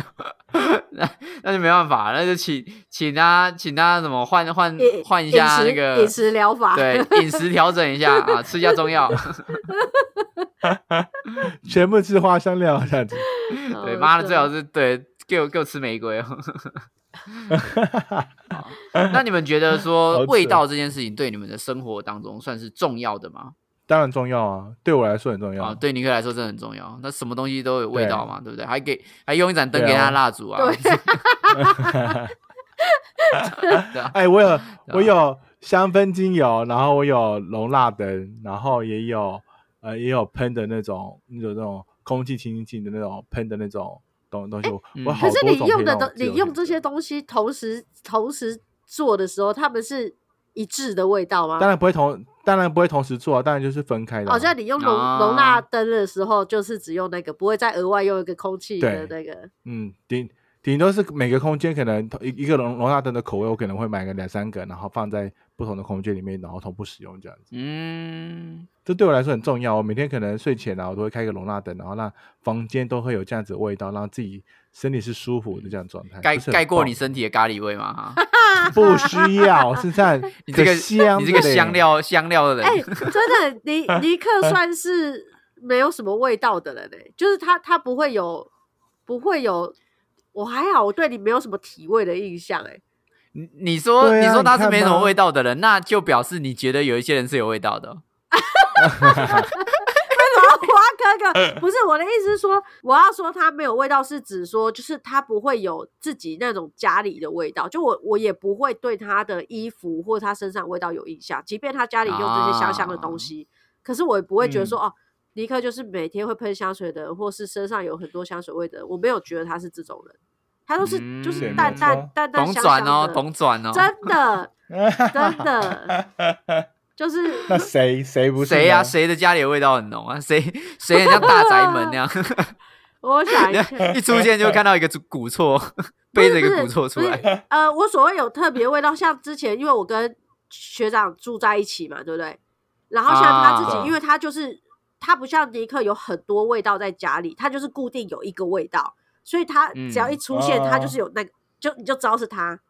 S3: 那那就没办法，那就请请他请他什么换换
S2: 饮
S3: 嗯换一下
S2: 饮食
S3: 那个
S2: 饮食疗法，
S3: 对 饮食调整一下啊，吃一下中药，
S1: 全部吃花香料这样子。
S2: 嗯
S1: 哦
S3: 对，妈的最好是对给我给我吃玫瑰 哦。好那你们觉得说
S1: 好扯
S3: 味道这件事情对你们的生活当中算是重要的吗？
S1: 当然重要啊，对我来说很重要。
S3: 啊，对尼克来说真的很重要。那什么东西都有味道嘛，对不对？还给还用一盏灯给他蜡烛啊，
S2: 对
S3: 对啊
S1: 哎，我有我有香氛精油，然后我有龙蜡灯，然后也有呃也有喷的那种那种那种空气清新剂的那种喷的那种东东西，我
S3: 嗯
S1: 我好
S2: 可是
S1: 多
S2: 你
S1: 种
S2: 用的
S1: 可以让
S2: 东
S1: 我，自由
S2: 你用
S1: 选
S2: 这些东西同时同时做的时候，他们是一致的味道吗？
S1: 当然不会同当然不会同时做啊，当然就是分开的啊。
S2: 好哦像你用容
S3: 啊
S2: 容纳灯的时候，就是只用那个，不会再额外用一个空气的那
S1: 对
S2: 个。
S1: 嗯，顶顶多是每个空间可能一一个龙龙蜡灯的口味，我可能会买个两三个，然后放在不同的空间里面，然后同步使用这样子。
S3: 嗯，
S1: 这对我来说很重要。我每天可能睡前啊，我都会开个容纳灯，然后让房间都会有这样子的味道，让自己身体是舒服的这样的状态。
S3: 盖
S1: 不是很
S3: 盖过
S1: 棒
S3: 你身体的咖喱味嘛？哈，
S1: 不需要，是在
S3: 你这个
S1: 可香
S3: 你这个
S1: 的嘞
S3: 香 料香料的人，
S2: 哎、真的，尼尼克算是没有什么味道的人呢、欸就是他他不会有不会有，我还好，我对你没有什么体味的印象哎、
S3: 你你说、
S1: 对啊
S3: 你说他
S1: 你
S3: 是
S1: 看
S3: 没什么
S1: 吧
S3: 味道的人，那就表示你觉得有一些人是有味道的。
S2: 我要哥哥，不是我的意思是说，我要说它没有味道，是指说就是它不会有自己那种家里的味道。就我我也不会对他的衣服或他身上的味道有印象，即便他家里用这些香香的东西，可是我也不会觉得说、哦，尼克就是每天会喷香水的人，或是身上有很多香水味的人，我没有觉得他是这种人，他都是、就
S3: 嗯
S2: 是
S3: 对
S2: 淡
S1: 没
S2: 淡
S1: 错
S2: 淡淡
S3: 懂
S2: 香
S3: 转
S2: 香
S3: 哦，
S2: 的，
S3: 懂转哦。
S2: 真的真的就是
S1: 那谁谁不是啊
S3: 谁呀、
S1: 呢
S3: 谁的家里的味道很浓啊？谁谁很像大宅门 那样？
S2: 我想一下。
S3: 一出现就看到一个古错， 背着一个古错出
S2: 不
S3: 来
S2: 是。不是呃，我所谓有特别味道，像之前因为我跟学长住在一起嘛，对不对？然后像他自己，
S1: 啊
S2: 因为他就是他不像尼克有很多味道在家里，他就是固定有一个味道，所以他只要一出现，
S1: 嗯
S2: 他就是有那个，就你就知道是他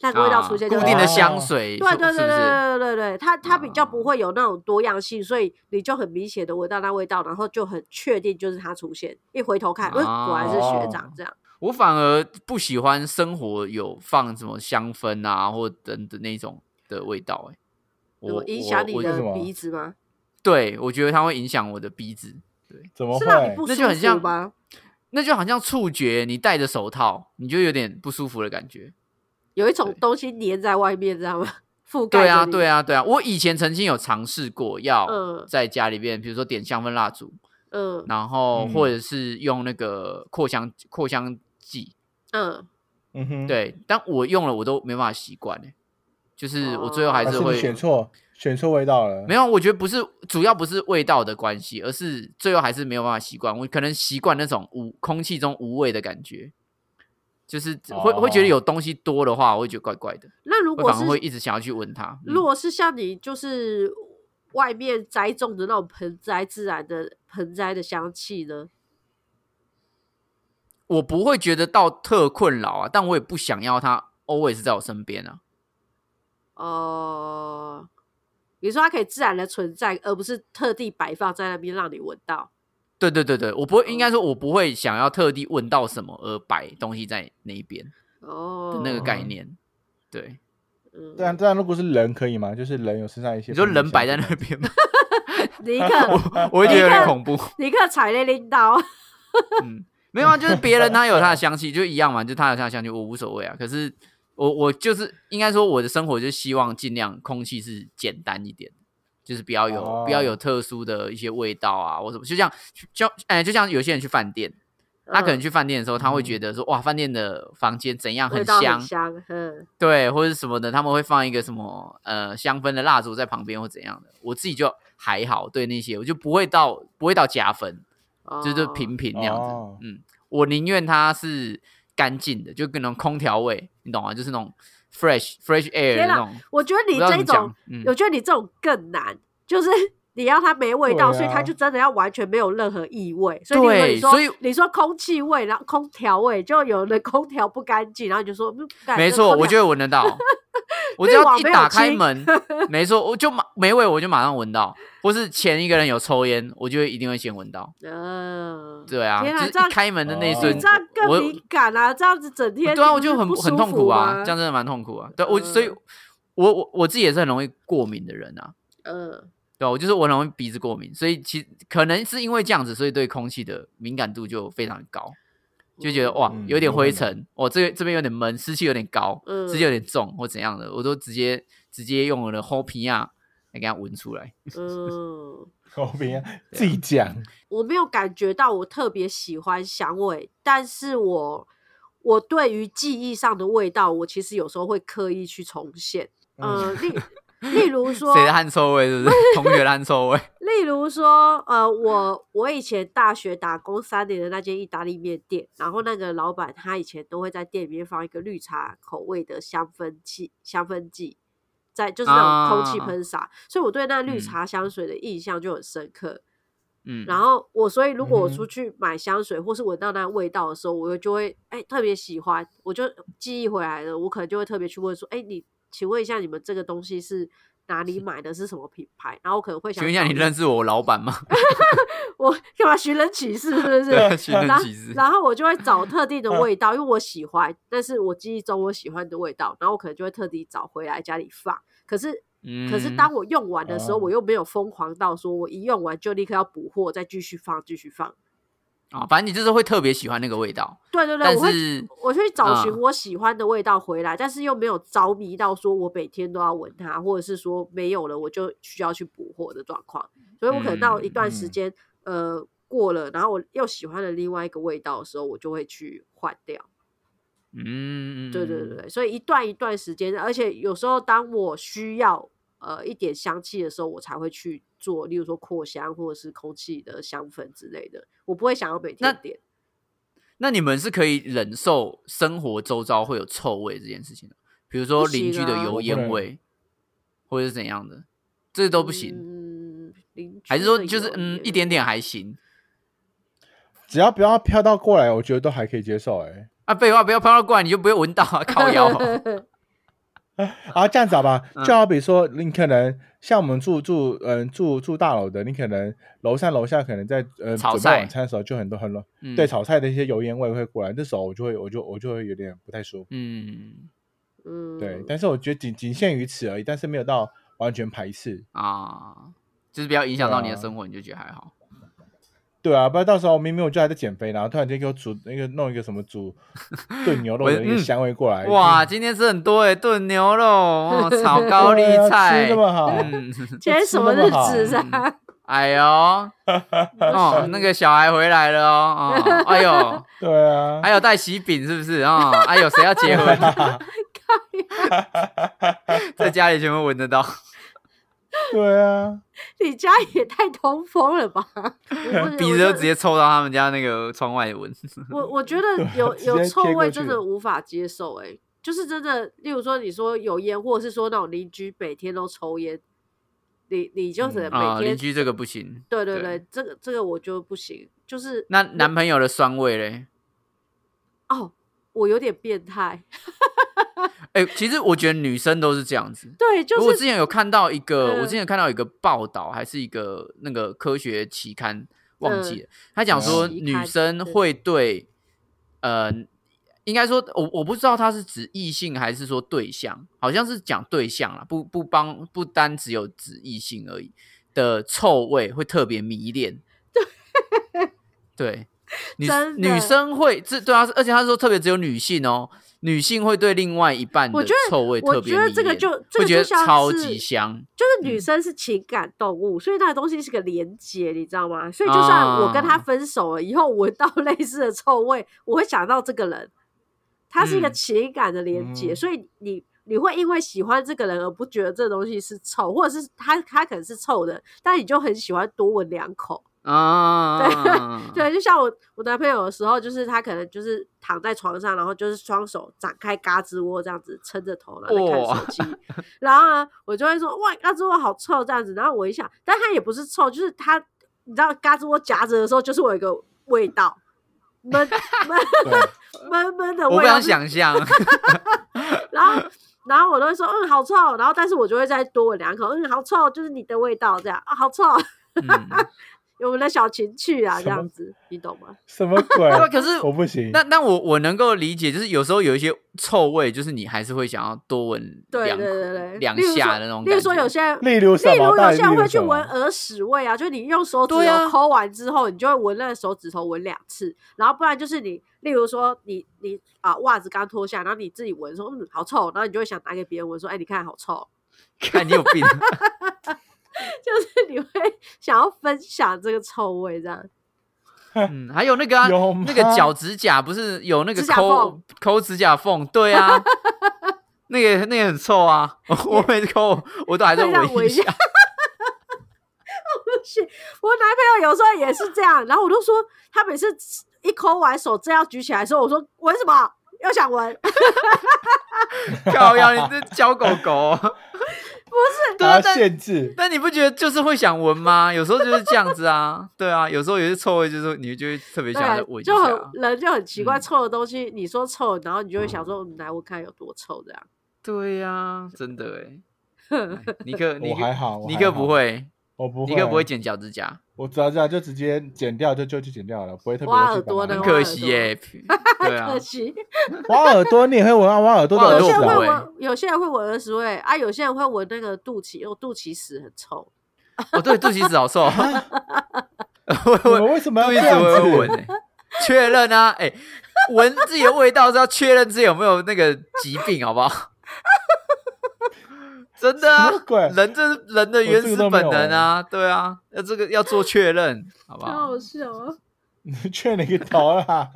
S2: 那个味道出现，就
S3: 啊
S2: 是
S3: 固定
S2: 他
S3: 的
S1: 哦
S3: 香水，
S2: 对啊
S3: 是
S2: 对
S3: 是
S2: 对
S3: 不是？
S2: 对对对对，它它比较
S3: 啊
S2: 不会有那种多样性，所以你就很明显的闻到那味道，然后就很确定就是它出现。一回头
S3: 啊
S2: 看，嗯，果然是学
S1: 哦
S2: 长这样。
S3: 我反而不喜欢生活有放什么香氛啊，或等的那种的味道、哎，
S2: 有
S3: 我
S2: 影响
S3: 我
S2: 你
S3: 我
S1: 为
S2: 的
S1: 什么
S2: 鼻子吗？
S3: 对，我觉得它会影响我的鼻子。
S1: 怎么
S2: 是让你
S1: 会？
S2: 不
S3: 那
S2: 舒
S3: 就很像
S2: 服吗？
S3: 那就好像触觉，你戴着手套，你就有点不舒服的感觉。
S2: 有一种
S3: 对
S2: 东西粘在外面，知道吗？ 覆盖
S3: 对啊，对
S2: 啊，
S3: 啊，对啊。我以前曾经有尝试过要
S2: 嗯
S3: 在家里边，比如说点香氛蜡烛，
S2: 嗯
S3: 然后
S1: 嗯
S3: 或者是用那个扩香扩香剂，
S2: 嗯，
S1: 嗯哼，
S3: 对，但我用了我都没办法习惯、欸，就是我最后
S2: 哦
S3: 还
S1: 还
S3: 是
S1: 是
S3: 会
S1: 你选错选错味道了。
S3: 没有，我觉得不是，主要不是味道的关系，而是最后还是没有办法习惯。我可能习惯那种无空气中无味的感觉，就是会、会觉得
S1: 哦
S3: 有东西多的话，我会觉得怪怪的，
S2: 那如
S3: 我
S2: 果
S3: 反而会
S2: 是
S3: 一直想要去闻它。嗯
S2: 如果是像你就是外面栽种的那种盆栽自然的盆栽的香气呢？
S3: 我不会觉得到特困扰啊，但我也不想要它 always 在我身边啊。
S2: 哦、你说它可以自然的存在，而不是特地摆放在那边让你闻到。
S3: 对对对对，我不会，
S2: 嗯
S3: 应该说我不会想要特地闻到什么而摆东西在那一边
S2: 哦
S3: 的、那个概
S1: 哦
S3: 念。对，
S2: 嗯
S1: 但但如果是人可以吗？就是人有身上一些
S3: 你
S1: 喷
S3: 说
S1: 的香水，
S3: 人摆在那边吗，
S2: 尼克，
S3: 我会觉得有点
S2: 你看
S3: 恐怖。
S2: 尼克踩雷拎刀，
S3: 嗯，没有啊，就是别人他有他的香气，就一样嘛，就他有他的香气，我无所谓啊。可是我我就是应该说我的生活就希望尽量空气是简单一点，就是不要有、不要有
S1: 哦
S3: 特殊的一些味道啊或什么。就像就哎、就像有些人去饭店，他可能去饭店的时候，他会觉得说、哇，饭店的房间怎样
S2: 嗯嗯味道
S3: 香，
S2: 很香，嗯，
S3: 对，或者什么的，他们会放一个什么呃香氛的蜡烛在旁边或怎样的。我自己就还好，对那些我就不会到不会到加分。就是
S2: 哦
S3: 平平那样子。
S1: 哦
S3: 嗯，我宁愿它是干净的，就跟那种空调味，你懂吗？就是那种 fresh fresh air 的
S2: 天
S3: 那
S2: 啊
S3: 种。
S2: 我觉得
S3: 不
S2: 你
S3: 知道
S2: 这
S3: 怎
S2: 一
S3: 么讲
S2: 种，
S3: 嗯
S2: 我觉得你这种更难，就是 你让它没味道，
S1: 对啊
S2: 所以它就真的要完全没有任何异味。所以例如说
S3: 对
S2: 你说
S3: 所以
S2: 你说空气味，然后空调味，就有人空调不干净，然后你就说嗯干
S3: 没
S2: 这
S3: 错，
S2: 空
S3: 我
S2: 调
S3: 觉得闻得 到。我
S2: 滤
S3: 只要
S2: 网
S3: 一
S2: 没有
S3: 打开
S2: 清
S3: 门，没错，我就马没味，我就马上闻到。或是前一个人有抽烟，我就会一定会先闻到。
S2: 嗯，
S3: 对啊，
S2: 天啊
S3: 就是
S2: 这样
S3: 一开门的那一
S1: 哦
S3: 瞬，
S2: 你这样
S3: 我
S2: 更敏感啊，这样子整天
S3: 对啊，
S2: 你
S3: 我
S2: 不
S3: 就是很
S2: 不
S3: 很
S2: 舒
S3: 痛苦啊，
S2: 吗
S3: 这样真的蛮痛苦啊。对我，所以
S2: 嗯
S3: 我我我自己也是很容易过敏的人啊。
S2: 嗯
S3: 对啊、我就是我很容易鼻子过敏，所以其可能是因为这样子，所以对空气的敏感度就非常高，就觉得哇
S1: 嗯
S3: 有点
S1: 有
S3: 灰
S1: 可能
S3: 尘，我、这这边有点闷，湿气有点高，
S2: 嗯
S3: 湿气有点重或怎样的，我都直接直接用我的后皮啊来给它闻出来。
S2: 嗯，
S1: 我不要
S3: 啊
S1: 自己讲，
S2: 我没有感觉到我特别喜欢香味，但是我我对于记忆上的味道，我其实有时候会刻意去重现。
S1: 嗯
S2: 呃，例 例如说，
S3: 谁的汗臭味是不是？同学的汗臭 味。
S2: 例如说，呃，我我以前大学打工三年的那间意大利面店，然后那个老板他以前都会在店里面放一个绿茶口味的香氛剂，香氛剂在就是那种空气
S3: 啊
S2: 喷洒，所以我对那绿
S3: 嗯
S2: 茶香水的印象就很深刻。
S3: 嗯，
S2: 然后我所以如果我
S1: 嗯哼
S2: 出去买香水或是闻到那味道的时候，我就会哎特别喜欢，我就记忆回来了，我可能就会特别去问说，哎，你请问一下你们这个东西是哪里买的，是什么品牌？然后我可能会想
S3: 请问一下，
S2: 找
S3: 你认识我老板吗？
S2: 我干嘛寻人启事是 不是？
S3: 对寻人
S2: 然后
S3: 启事
S2: 啊
S3: 嗯
S2: 然后我就会找特定的味道，因为我喜欢，但是我记忆中我喜欢的味道，然后我可能就会特地找回来家里放。可是，
S3: 嗯，
S2: 可是当我用完的时候，
S1: 哦
S2: 我又没有疯狂到说我一用完就立刻要补货，再继续放，继续放。
S3: 啊，反正你就是会特别喜欢那个味道，
S2: 对对对，
S3: 但
S2: 我会
S3: 是
S2: 我去找寻
S3: 嗯
S2: 我喜欢的味道回来，但是又没有着迷到说我每天都要闻它，或者是说没有了我就需要去补货的状况。所以我可能到一段时
S1: 嗯
S2: 间，呃，过了，然后我又喜欢了另外一个味道的时候，我就会去换掉。
S3: 嗯，
S2: 对对对，对所以一段一段时间，而且有时候当我需要呃一点香气的时候，我才会去做，例如说扩香或者是空气的香氛之类的，我不会想要每
S3: 那
S2: 天点。
S3: 那你们是可以忍受生活周遭会有臭味这件事情的，比如说
S2: 不行
S3: 邻居的
S2: 啊
S3: 油
S1: 我不
S3: 烟
S1: 能
S3: 味，或者是怎样的，这都不行，
S2: 嗯，邻
S3: 还是
S2: 居
S3: 说
S2: 的啊
S3: 就是
S2: 油
S3: 嗯
S2: 烟
S3: 一点点还行
S1: 只要不要飘到过来，我觉得都还可以接受。哎，
S3: 啊？废话，不要飘到过来，你就不会闻到啊， 靠腰
S1: 啊，这样子好吧
S3: 嗯，
S1: 就好比说，你可能像我们住住嗯住住大楼的，你可能楼上楼下可能在呃
S3: 炒
S1: 准备
S3: 菜
S1: 晚餐的时候，就很多很多
S3: 嗯，
S1: 对，炒菜的一些油烟味会过来，这时候我就会我就我就会有点不太舒服。
S3: 嗯
S2: 嗯，
S1: 对，但是我觉得仅仅限于此而已，但是没有到完全排斥。
S3: 啊，就是不要影响到你的
S1: 对啊
S3: 生活，你就觉得还好。
S1: 对啊，不然到时候明明我就还在减肥，然后突然间给我煮那个弄一个什么煮炖牛肉的一
S3: 我
S1: 个
S3: 嗯
S1: 香味过来，
S3: 哇，今天吃很多哎，炖牛 肉，哦炒高丽
S1: 对啊
S3: 菜
S1: 吃那，么好，
S3: 嗯，
S2: 今天什么日子 啊？
S3: 哎呦，哦，那个小孩回来了哦，哦哎呦。
S1: 对啊
S3: 还，有带喜饼是不是啊？还有谁要结婚？ 在家里全部闻得到。
S1: 对啊，
S2: 你家也太通风了吧！ 我不
S3: 鼻子就
S2: 我觉
S3: 直接臭到他们家那个窗外闻。
S2: 我我觉得 有
S1: 直
S2: 有
S1: 接
S2: 臭
S1: 贴过
S2: 味真
S1: 去
S2: 的无法接受、欸，就是真的，例如说你说油烟，或者是说那种邻居每天都抽烟，你你就
S1: 嗯
S2: 是
S3: 啊，
S2: 每天、
S3: 邻居这个不行。
S2: 对对
S3: 对
S2: 对，这个这个我就不行，就是
S3: 那男朋友的酸味嘞？
S2: 哦，我有点变态，
S3: 哎、其实我觉得女生都是这样子。
S2: 对，就
S3: 我
S2: 是
S3: 之前有看到一个，
S2: 嗯
S3: 我之前有看到一个报道，还是一个那个科学期刊，忘记了。他讲说
S2: 期
S3: 女
S2: 刊
S3: 生
S2: 嗯对
S3: 会对，呃，应该说，我我不知道他是指异性还是说对象，好像是讲对象啦，不不帮不单只有指异性而已的臭味会特别迷 恋。对，女
S2: 真的
S3: 女生会这对啊，而且他说特别只有女性哦，女性会对另外一半
S2: 我
S3: 的
S2: 觉得
S3: 臭味
S2: 我
S3: 特别
S2: 觉得
S3: 迷
S2: 这个
S3: 恋
S2: 就这
S3: 会
S2: 个
S3: 觉
S2: 就
S3: 得
S2: 像
S3: 超
S2: 是
S3: 级 香。
S2: 就是女
S3: 嗯
S2: 生是情感动物，所以那个东西是个连接，你知道吗？所以就算我跟他
S3: 啊
S2: 分手了，以后闻到类似的臭味，我会想到这个人，他是一个
S3: 嗯
S2: 情感的连接，
S1: 嗯
S2: 所以你你会因为喜欢这个人而不觉得这东西是臭，或者是他他可能是臭的，但你就很喜欢多闻两口。
S3: 啊，
S2: 对，就像我我男朋友的时候，就是他可能就是躺在床上，然后就是双手展开嘎吱窝这样子撑着头，然后在看手机。然后呢，我就会说哇，嘎吱窝好臭这样子。然后我一想，但他也不是臭，就是他，你知道嘎吱窝夹着的时候，就是我有一个味道，闷 闷闷闷的
S3: 我不
S2: 味道
S3: 想
S2: 是。
S3: 想 象，嗯
S2: 然后然后我都会说嗯好臭，然后但是我就会再多闻两口，嗯好臭，就是你的味道这样啊好臭，
S3: 嗯
S2: 有我们的小情趣啊
S1: 什
S2: 这样
S1: 么
S2: 子，你懂吗？
S1: 什么鬼？
S3: 对，啊可是
S1: 我不行。
S3: 那那我我能够理解，就是有时候有一些臭味，就是你还是会想要多闻
S2: 对
S3: 两
S2: 对对对，
S3: 两
S2: 例如
S3: 下
S2: 说
S3: 的那种
S2: 例如说
S3: 感觉
S2: 有些人，
S1: 例如什
S2: 例
S1: 么
S2: 如
S1: 到
S2: 有
S1: 底
S2: 些人
S1: 例如
S2: 会去
S1: 什么
S2: 闻耳屎味啊，就是你用手指
S3: 对啊
S2: 头抠完之后，你就会闻那个手指头闻两次，然后不然就是你，例如说你你啊袜子刚脱下，然后你自己闻说嗯好臭，然后你就会想拿给别人闻说哎你看好臭，
S3: 看你有 病。
S2: 就是你会 想要分享这个臭味这样。
S3: 嗯，还有那个、啊、
S1: 有吗
S3: 那个脚指甲不是有那个
S2: 指甲
S3: 抠
S2: 缝
S3: 抠指甲缝？对 啊，那个那个很臭啊！我每次抠我都还在
S2: 会让
S3: 闻
S2: 我
S3: 一
S2: 一下
S3: 下。
S2: 我男朋友有时候也是这样，然后我就说他每次一抠完手正要举起来的时候，我说闻什么？又想闻，
S3: 靠呀，你这教狗狗 不是？对
S1: 还
S3: 啊
S1: 要，
S3: 但
S1: 限制，
S3: 但你不觉得就是会想闻吗？有时候就是这样子 啊，对啊，有时候有些臭味就是说你就会特别想要再
S2: 对，啊
S3: 闻一
S2: 就
S3: 下
S2: 很。人就很奇怪，
S3: 嗯
S2: 臭的东西你说臭，然后你就会想说，嗯，来我看有多臭这样。
S3: 对呀、
S2: 啊
S3: 真的哎，哎尼克尼
S1: 我还
S3: 克
S1: 好，我
S3: 尼
S1: 还
S3: 克
S1: 好
S3: 不，会，
S1: 我不会，
S3: 尼克不会剪脚指甲，
S1: 我知道知道，就直接剪掉就就去剪掉了，不会特别
S2: 挖
S1: 地去
S2: 耳
S1: 把
S2: 朵
S1: 它
S2: 呢
S3: 很
S2: 挖
S3: 可
S2: 耳
S3: 惜
S2: 朵
S3: 耶。对啊
S2: 可，惜，
S1: 挖耳朵你也会闻啊？挖耳朵
S3: 挖耳
S1: 的
S2: 有
S3: 朵
S2: 些
S1: 是
S2: 人
S3: 不
S2: 会
S3: 会
S2: 闻，有些人会闻耳屎味啊，有些人会闻那个肚脐，因为肚脐屎很臭。
S3: 哦对，肚脐子好 瘦。 我
S1: 你
S3: 我
S1: 们为什么要
S3: 肚
S1: 这
S3: 一直
S1: 样
S3: 会闻
S1: 子？
S3: 欸， 确认啊，哎、闻自己的味道是要确认自己有没有那个疾病，好不好？ 真的啊
S1: 什么，鬼
S3: 人这是人的原始本能啊，
S1: 欸
S3: 对啊，那这个要做确认，好不好？
S2: 笑哦！
S1: 你劝你个头啦！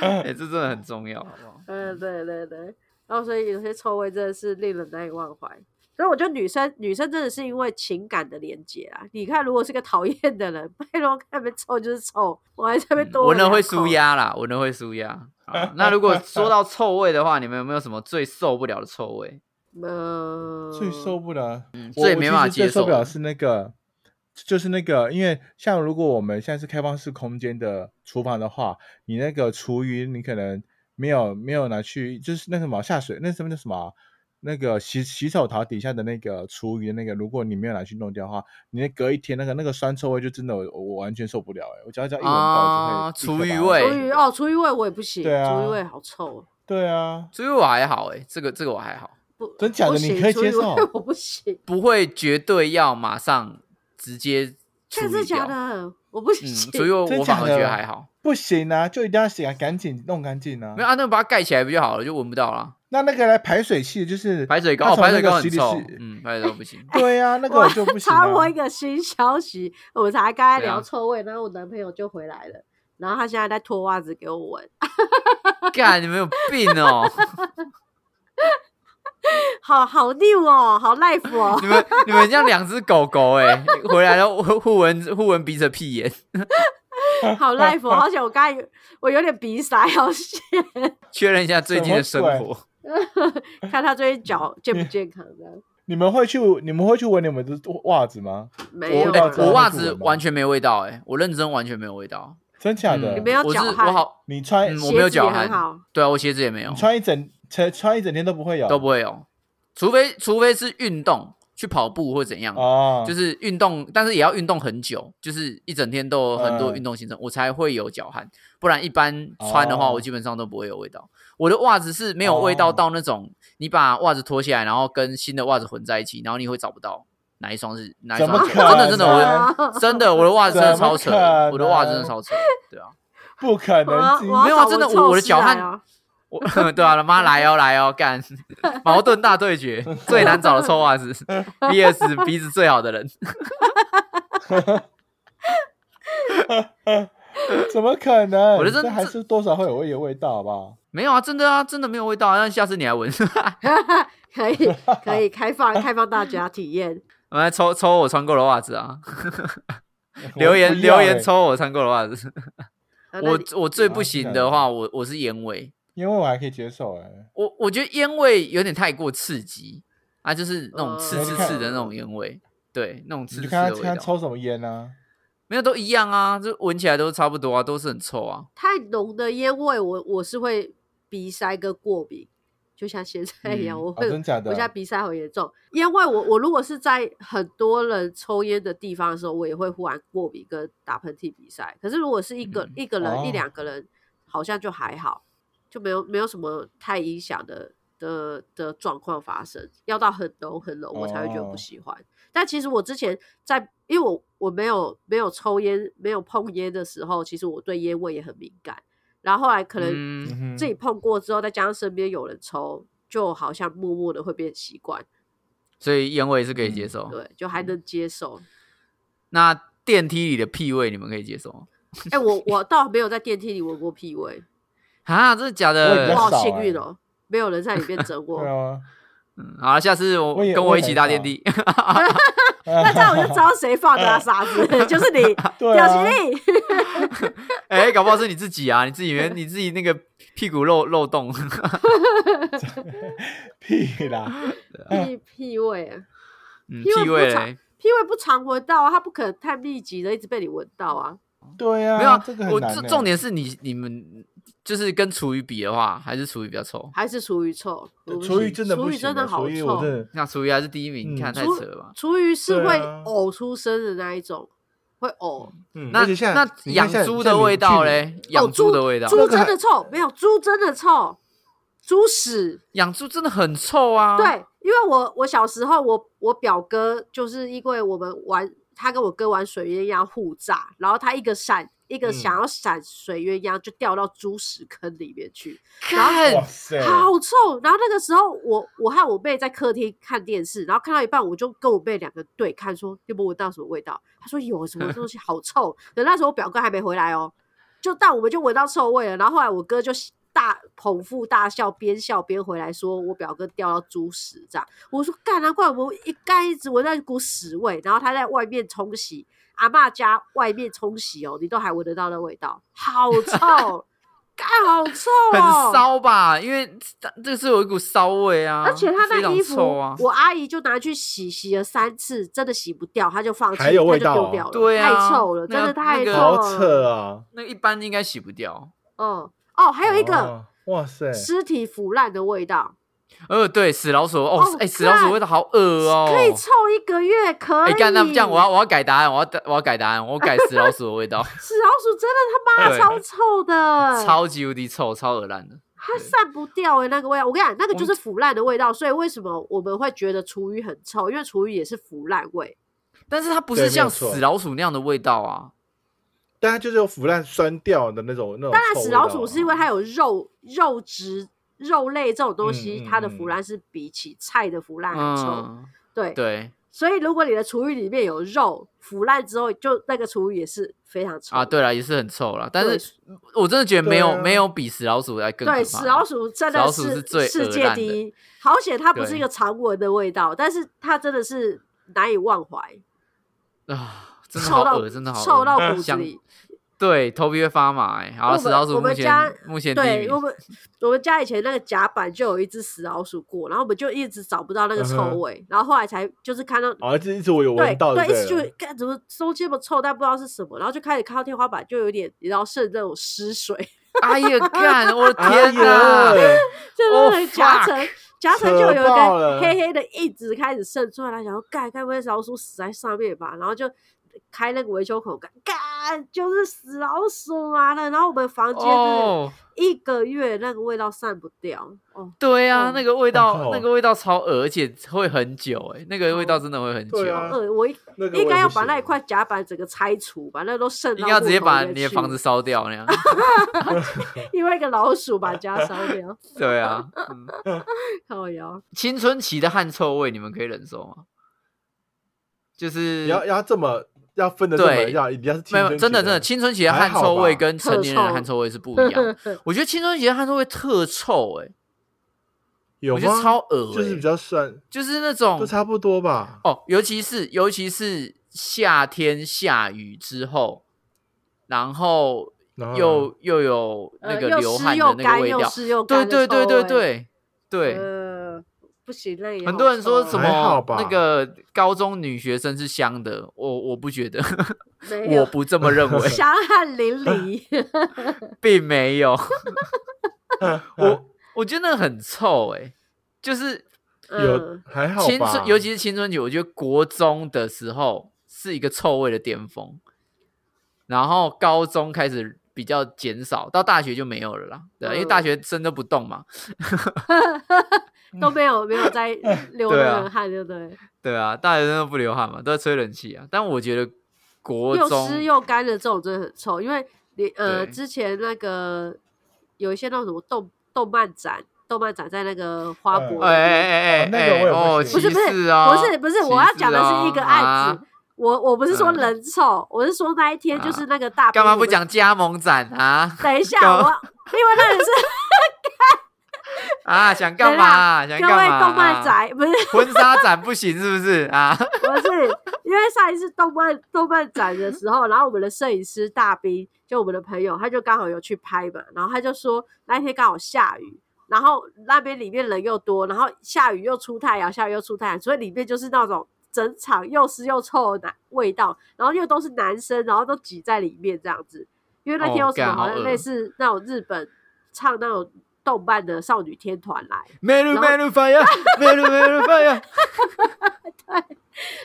S3: 哎、这真的很重要，好不好？
S2: 嗯，对对对，然后所以有些臭味真的是令人难以忘怀。所以我觉得女生女生真的是因为情感的连接啊。你看，如果是个讨厌的人， 拜托看被臭就是臭，我还在那边多
S3: 嗯闻了会舒。
S2: 输
S3: 压啦，闻了会舒压。好那如果说到臭味的话，你们有没有什么最受不了的臭味？
S2: 呃，
S1: 最受不了，我
S3: 嗯最没办法
S1: 我其实
S3: 接
S1: 最受
S3: 受
S1: 不了
S3: 的。
S1: 是那个，就是那个，因为像如果我们现在是开放式空间的厨房的话，你那个厨余你可能没有没有拿去，就是那个什么下水那什么那什么啊。那个洗洗手槽底下的那个厨余的那个，如果你没有拿去弄掉的话，你那隔一天那个那个酸臭味就真的我我完全受不了哎、我只要这样一闻到
S3: 啊
S1: 我就会
S3: 厨余
S1: 立刻把它
S3: 味
S2: 厨余哦，厨余味我也不行，
S1: 对啊
S2: 厨余味好臭，
S1: 对啊，
S3: 所以我还好、哎，这个这个我还好。
S2: 不
S1: 真假的
S2: 不
S1: 你
S2: 行
S1: 可以
S2: 厨余
S1: 接受
S2: 味 我不行，
S3: 不会绝对要马上直接处
S2: 真的
S3: 理掉
S2: 假。的？我不
S3: 嗯，
S2: 行。
S3: 所以我
S1: 真
S3: 我反
S1: 假
S3: 而
S1: 的
S3: 觉得还好。
S1: 不行啊，就一定要洗啊，赶紧弄干净啊。
S3: 没有啊，那把它盖起来不就好了，就闻不到了。
S1: 那那个来排水器就是
S3: 排水
S1: 它
S3: 沟，哦
S1: 从
S3: 排
S1: 那
S3: 水
S1: 个
S3: 沟很
S1: 洗礼
S3: 臭
S1: 室，
S3: 嗯，排水沟不行。
S1: 对啊，那个
S2: 我
S1: 我就不行、啊
S2: 插。播一个新消息，我才刚才
S3: 怎样
S2: 聊臭味，然后我男朋友就回来了，然后他现在在脱袜子给我闻，
S3: 干，你们有病哦！
S2: 好好 new 哦，好 life 哦
S3: 你，们你们像两只狗狗哎、回来了互互闻互闻彼此的屁眼，
S2: 好 life 哦，而且我刚才有我有点鼻塞，好险，
S3: 确认一下最近的生
S1: 什
S3: 活。
S2: 看他最近脚健不健康这样。
S1: 你们会去你们会去闻你们的袜子吗？
S2: 没
S3: 我
S2: 有
S1: 哎
S2: 啊，
S3: 我袜
S1: 那是
S3: 子
S1: 闻吗
S3: 完全没味道哎、我认真完全没有味道。
S1: 真假的？
S3: 嗯
S2: 你没有
S3: 我是
S2: 脚汗
S3: 我好，
S1: 你穿、
S3: 嗯，
S2: 鞋
S3: 我没有
S2: 子也
S3: 脚
S2: 很
S3: 汗
S2: 好。
S3: 对啊，我鞋子也没有
S1: 你。穿一整穿穿一整天都不会有，
S3: 都不会有，除非除非是运动去跑步或怎样，
S1: 哦，
S3: 就是是运动，但是也要运动很久，就是一整天都有很多
S1: 嗯
S3: 运动行程，我才会有脚汗，不然一般穿的话，
S1: 哦
S3: 我基本上都不会有味道。我的袜子是没有味道
S1: 哦
S3: 到那种，你把袜子脱下来，然后跟新的袜子混在一起，然后你会找不到哪一双是哪一
S1: 怎么
S3: 双是，
S1: 可能
S3: 真的真的我的。
S2: 啊
S3: 真的，我的袜子真的
S1: 怎么
S3: 超扯
S1: 可能，
S3: 我的袜子真的超扯，对啊，
S1: 不可
S2: 我要
S1: 能自己。
S2: 我
S3: 没有
S2: 要
S3: 啊
S2: 找
S3: 真的
S2: 闻臭
S3: 我的
S2: 师
S3: 脚
S2: 来
S3: 汗
S2: 啊
S3: 我 对啊，妈来哦来哦，干 矛盾大对决，最难找的臭袜子，VS 鼻子最好的人，
S1: 怎么可能？
S3: 我的真
S1: 这还是多少会有味味道，好不好？
S3: 没有啊，真的啊，真的没有味道啊，那下次你来闻，
S2: 可以可以开放开放大家体验。
S3: 哎我来抽抽我穿过的袜子啊， 留言
S4: 不要欸
S3: 留
S4: 啊
S3: 言抽我穿过的袜子。
S2: 好哦那
S3: 我
S2: 你
S3: 我最
S4: 好
S3: 不
S4: 听起
S3: 行
S4: 来
S3: 的
S4: 很
S3: 话，我我是烟味。
S4: 因为我还可以接受哎、
S1: 欸
S3: 我我觉得烟味有点太过刺激啊，就是那种刺
S2: 哦
S3: 刺刺的那种烟味，对，那
S4: 啊
S3: 种
S4: 你
S3: 刺
S4: 就
S3: 刺
S4: 看
S3: 的
S4: 他
S3: 味
S4: 看他
S3: 道，
S4: 抽什么烟啊。
S3: 没有都一样啊，就闻起来都差不多啊，都是很臭啊。
S2: 太浓的烟味，我我是会鼻塞跟过敏，就像现在一样，
S3: 嗯
S2: 我
S4: 哦，
S2: 会
S4: 真假的
S2: 我现在？鼻塞好严重，因为我我如果是在很多人抽烟的地方的时候，我也会忽然过敏跟打喷嚏、鼻塞。可是如果是一个、
S3: 嗯
S2: 一个人、
S4: 哦
S2: 一两个人，好像就还好，就没有没有什么太影响的的的状况发生。要到很浓很浓，我才会觉得
S4: 哦
S2: 不喜欢。但其实我之前在，因为我我没有没有抽烟、没有碰烟的时候，其实我对烟味也很敏感。然后后来可能
S3: 嗯，
S4: 嗯哼
S2: 自己碰过之后，再加上身边有人抽，就好像默默的会变习惯，
S3: 所以烟味是可以
S4: 嗯
S3: 接
S1: 哦
S3: 受。
S2: 对，就还能接受。
S3: 那电梯里的屁味你们可以接受吗？
S2: 哎、我我倒没有在电梯里闻过屁 味，
S3: 啊，真的假
S4: 我也比较
S3: 的
S2: 我好
S4: 少？
S2: 幸
S1: 欸
S2: 运哦，没有人在里面整
S4: 对
S2: 我。
S4: 啊，
S3: 嗯好，下次我
S4: 我也
S3: 跟
S4: 我
S3: 我
S4: 也
S3: 一起
S4: 很
S3: 搭
S4: 少
S3: 电梯。
S4: 那
S2: 那 这样我就知道谁放的啊，傻子，就是你，
S4: 对
S2: 表
S4: 啊，
S2: 情力。
S3: 哎、搞不好是你自己啊，你自己原你自己那个屁股漏漏洞。
S4: 屁啦，
S2: 屁屁味啊，
S3: 嗯，
S2: 屁味
S3: 屁味
S2: 不
S3: 嘞
S2: 常，屁味不常闻到啊，它不可能太密集的一直被你闻到啊。
S4: 对啊，
S3: 没有啊，
S4: 这个很
S3: 我
S4: 难欸、
S3: 重重点是你你们就是跟厨余比的话，还是厨余比较臭。
S2: 还是厨余臭，我不
S1: 厨余
S2: 行
S1: 真的
S2: 厨
S1: 不
S2: 余
S1: 行
S2: 真的
S1: 啊
S2: 好
S1: 厨余我真
S2: 臭，
S1: 的
S3: 那厨余还是第一名，你
S1: 嗯
S3: 看太
S2: 厨
S3: 扯了吧？
S2: 厨余是
S1: 对
S2: 会
S1: 啊
S2: 呕出声的那一种，会呕。
S1: 嗯，
S3: 那
S1: 而且现在
S3: 那养猪的味道，嘞，养
S2: 哦
S3: 猪的味道，
S2: 猪
S4: 这个
S2: 真
S4: 还
S2: 的臭，没有猪真的臭，猪屎。
S3: 养猪真的很臭啊。，
S2: 对，因为我我小时候我我表哥就是因为我们玩，他跟我哥玩水鸳鸯互炸，然后他一个闪一个想
S1: 嗯
S2: 要闪水鸳鸯就掉到猪屎坑里面去，
S4: 你看
S3: 看
S4: 哇塞，
S2: 好臭！然后那个时候我我和我妹在客厅看电视，然后看到一半，我就跟我妹两个对看说，有没有闻到什么味道？她说有，什么东西好臭。等那时候我表哥还没回来哦，就但我们就闻到臭味了。然后后来我哥就大捧腹大笑，边笑边回来说，我表哥掉到猪屎这样。我说干，难怪我们一干一直闻到一股屎味。然后他在外面冲洗，阿嬷家外面冲洗哦，你都还闻得到那味道，好臭。干好臭
S3: 很
S2: 哦，
S3: 骚吧？因为这这是有一股骚味啊，
S2: 而且他
S3: 非
S2: 那
S3: 常
S2: 衣服，
S3: 臭啊。
S2: 我阿姨就拿去洗，洗了三次，真的洗不掉，她就放弃，
S1: 还有味
S2: 她
S1: 道
S2: 就丢
S1: 哦
S2: 掉了，
S3: 对啊
S2: 太臭了，
S3: 那
S2: 真的
S3: 个
S2: 太
S3: 那
S2: 臭
S3: 个
S1: 好
S2: 了。
S1: 扯啊！
S3: 那一般应该洗不掉。
S2: 嗯，哦，还有一个
S1: 哦，哇塞，
S2: 尸体腐烂的味道，
S3: 呃，对，死老鼠哦，
S2: 哦
S3: 哎、死老鼠
S2: 干
S3: 味道好恶哦、
S2: 可以臭一个月，可
S3: 哎，
S2: 以。
S3: 干、那这样我要我要改答案，我要我要改答案，我改死老鼠的味 道，
S2: 死老鼠真的
S3: 对
S2: 他妈超臭的，
S3: 超级无敌臭，超恶烂的。
S2: 它散不掉哎、那个味道。我跟你讲，那个
S3: 我
S2: 就是腐烂的味道，所以为什么我们会觉得厨余很臭？因为厨余也是腐烂味。
S3: 但是它不
S1: 对
S3: 是
S1: 没
S3: 像
S1: 有错
S3: 死老鼠那样的味道啊，
S1: 但它就是有腐烂酸掉的那种那种。
S2: 当然，死老
S1: 啊
S3: 啊
S2: 鼠是因为它有肉肉质、肉类这种东西，
S1: 嗯嗯
S2: 它的腐烂是比起菜的腐烂啊还臭。
S3: 嗯，
S2: 对，
S3: 对
S2: 所以如果你的厨余里面有肉腐烂之后，就那个厨余也是非常臭
S3: 啊，
S2: 的。
S3: 对了，也是很臭了，但
S2: 对
S3: 是我真的觉得没有、
S1: 对啊
S3: 没有比死老鼠还更可怕
S2: 对，
S3: 的。
S2: 死老鼠真
S3: 死
S2: 的
S3: 老鼠是最
S2: 世
S3: 恶
S2: 界
S3: 烂的
S2: 第一，好险它不是
S3: 对
S2: 一个常闻的味道，但是它真的是难以忘怀，
S3: 啊，真的好
S2: 臭到
S3: 恶，真的好恶
S2: 臭到骨子
S3: 想
S2: 里。
S3: 对，头皮会发麻、哎，好
S2: 我
S3: 了，
S2: 们
S3: 死老鼠
S2: 我
S3: 目
S2: 们家
S3: 前目前第一
S2: 对我
S3: 名。
S2: 们，我们家以前那个甲板就有一只死老鼠过，然后我们就一直找不到那个
S1: 嗯
S2: 臭
S1: 哼
S2: 味，然后后来才就是看
S3: 哦
S2: 到
S1: 啊，这一直我有
S2: 对
S1: 闻到，
S2: 对，
S1: 不
S2: 一 直
S1: 对
S2: 就干怎么中间么臭，但不知道是什么，然后就开始看到天花板就有点，你知道渗那种湿水，
S3: 哎呀，干！我的
S1: 哎呀
S3: 天哪！
S2: 就
S3: Oh,
S2: 是夹
S3: fuck
S2: 层夹层
S1: 扯
S2: 就有一
S1: 爆
S2: 个
S1: 了
S2: 黑黑的一直开始渗出来，然后想说干该不会是老鼠死在上面吧？然后就开那个维修口，干干就是死老鼠完了，然后我们房间真的
S3: 哦，
S2: 一个月那个味道散不掉哦。
S3: 对啊，
S2: 哦
S3: 那个味道
S1: 靠，
S3: 那个味道超恶，而且会很久、哎，那个味道真的会很久。
S1: 对啊
S2: 呃，我一
S1: 那个我也
S2: 应该要把
S1: 不行
S2: 那一块甲板整个拆除，把那都渗
S3: 应
S2: 到
S3: 该要直接
S2: 木头里
S3: 把
S2: 面
S3: 你的
S2: 去
S3: 房子，烧掉那样。
S2: 因为一个老鼠把家烧掉，
S3: 对啊，嗯
S2: 靠腰。
S3: 青春期的汗臭味你们可以忍受吗？就是
S1: 你要要这么要分的这么
S3: 对
S1: 要，一定要是青
S3: 没有
S1: 春
S3: 真的
S1: 期
S3: 真的青春期的汗
S1: 还
S3: 臭
S1: 好吧
S3: 味跟成
S2: 特
S3: 年人的
S2: 臭
S3: 汗臭味是不一样。 我觉得青春期的汗臭味特臭哎、
S1: 有
S3: 我觉得
S1: 吗？
S3: 超恶、欸，
S1: 就是比较酸，
S3: 就是那种
S1: 都差不多吧。
S3: 哦，尤其是尤其是夏天下雨之后，然后
S1: 然后
S3: 又又有
S2: 呃
S3: 那个
S2: 又
S3: 流
S2: 湿
S3: 汗
S2: 又
S3: 的那
S2: 干
S3: 个味
S2: 又
S3: 道，
S2: 湿又
S3: 对
S2: 干的
S3: 对对
S2: 臭
S3: 对
S2: 味
S3: 对对，
S2: 呃，不行了，也
S3: 很
S2: 好
S3: 多人说
S2: 臭
S3: 什
S2: 啊
S1: 还好
S3: 么
S1: 吧
S3: 那个高中女学生是香的，我我不觉得，
S2: 没
S3: 我
S2: 有，
S3: 不这么认为
S2: 香汗淋漓，
S3: 并没 有，我我觉得那个很臭哎、就是
S1: 有
S2: 嗯，
S1: 还好
S3: 青
S1: 吧
S3: 春，，尤其是青春期，我觉得国中的时候是一个臭味的巅峰，然后高中开始比较减少，到大学就没有了啦，对啊，因为大
S2: 嗯
S3: 学生都不动嘛，
S2: 都没有没有在流
S3: 对
S2: 那
S3: 啊
S2: 个汗，对不对？
S3: 对啊，大学生都不流汗嘛，都在吹冷气啊，但我觉得国
S2: 又
S3: 中
S2: 湿又干的这种真的很臭，因为你呃
S3: 对
S2: 之前那个有一些那种什么动动漫展，动漫展在那个花
S4: 嗯
S2: 博
S3: 哎
S2: 那边，
S3: 哎哎哎
S4: 哦那个我
S3: 哎
S4: 也不
S3: 哦，
S4: 行
S2: 不是
S3: 歧
S2: 不是
S3: 视哦，
S2: 不是不是，
S3: 歧
S2: 我要
S3: 视
S2: 讲的是一个
S3: 哦
S2: 案
S3: 啊
S2: 子。我我不是说
S3: 嗯
S2: 人臭，我是说那一天啊就是那个大
S3: 干嘛
S2: 兵
S3: 不
S2: 我们
S3: 讲加盟展 啊？
S2: 等一下，
S3: 干嘛
S2: 我因为 那个是
S3: 啊，想
S2: 等
S3: 干
S2: 一
S3: 嘛
S2: 下
S3: 啊？想
S2: 各
S3: 干
S2: 位
S3: 嘛啊？
S2: 动漫宅，不是
S3: 婚纱展不行是不是 啊？
S2: 不是，因为上一次动漫动漫展的时候，然后我们的摄影师大兵，就我们的朋友，他就刚好有去拍嘛，然后他就说那一天刚好下雨，然后那边里面人又多，然后下雨又出太阳，下雨又出太阳，所以里面就是那种整场又湿又臭的味道，然后又都是男生，然后都挤在里面这样子，因为那天
S3: 哦
S2: 有什么
S3: 干
S2: 好
S3: 好
S2: 像
S3: 恶
S2: 类似那种日本唱那种动漫的少女天团来。
S3: 美女
S2: 然后
S3: 美女 发呀，美女美女发呀，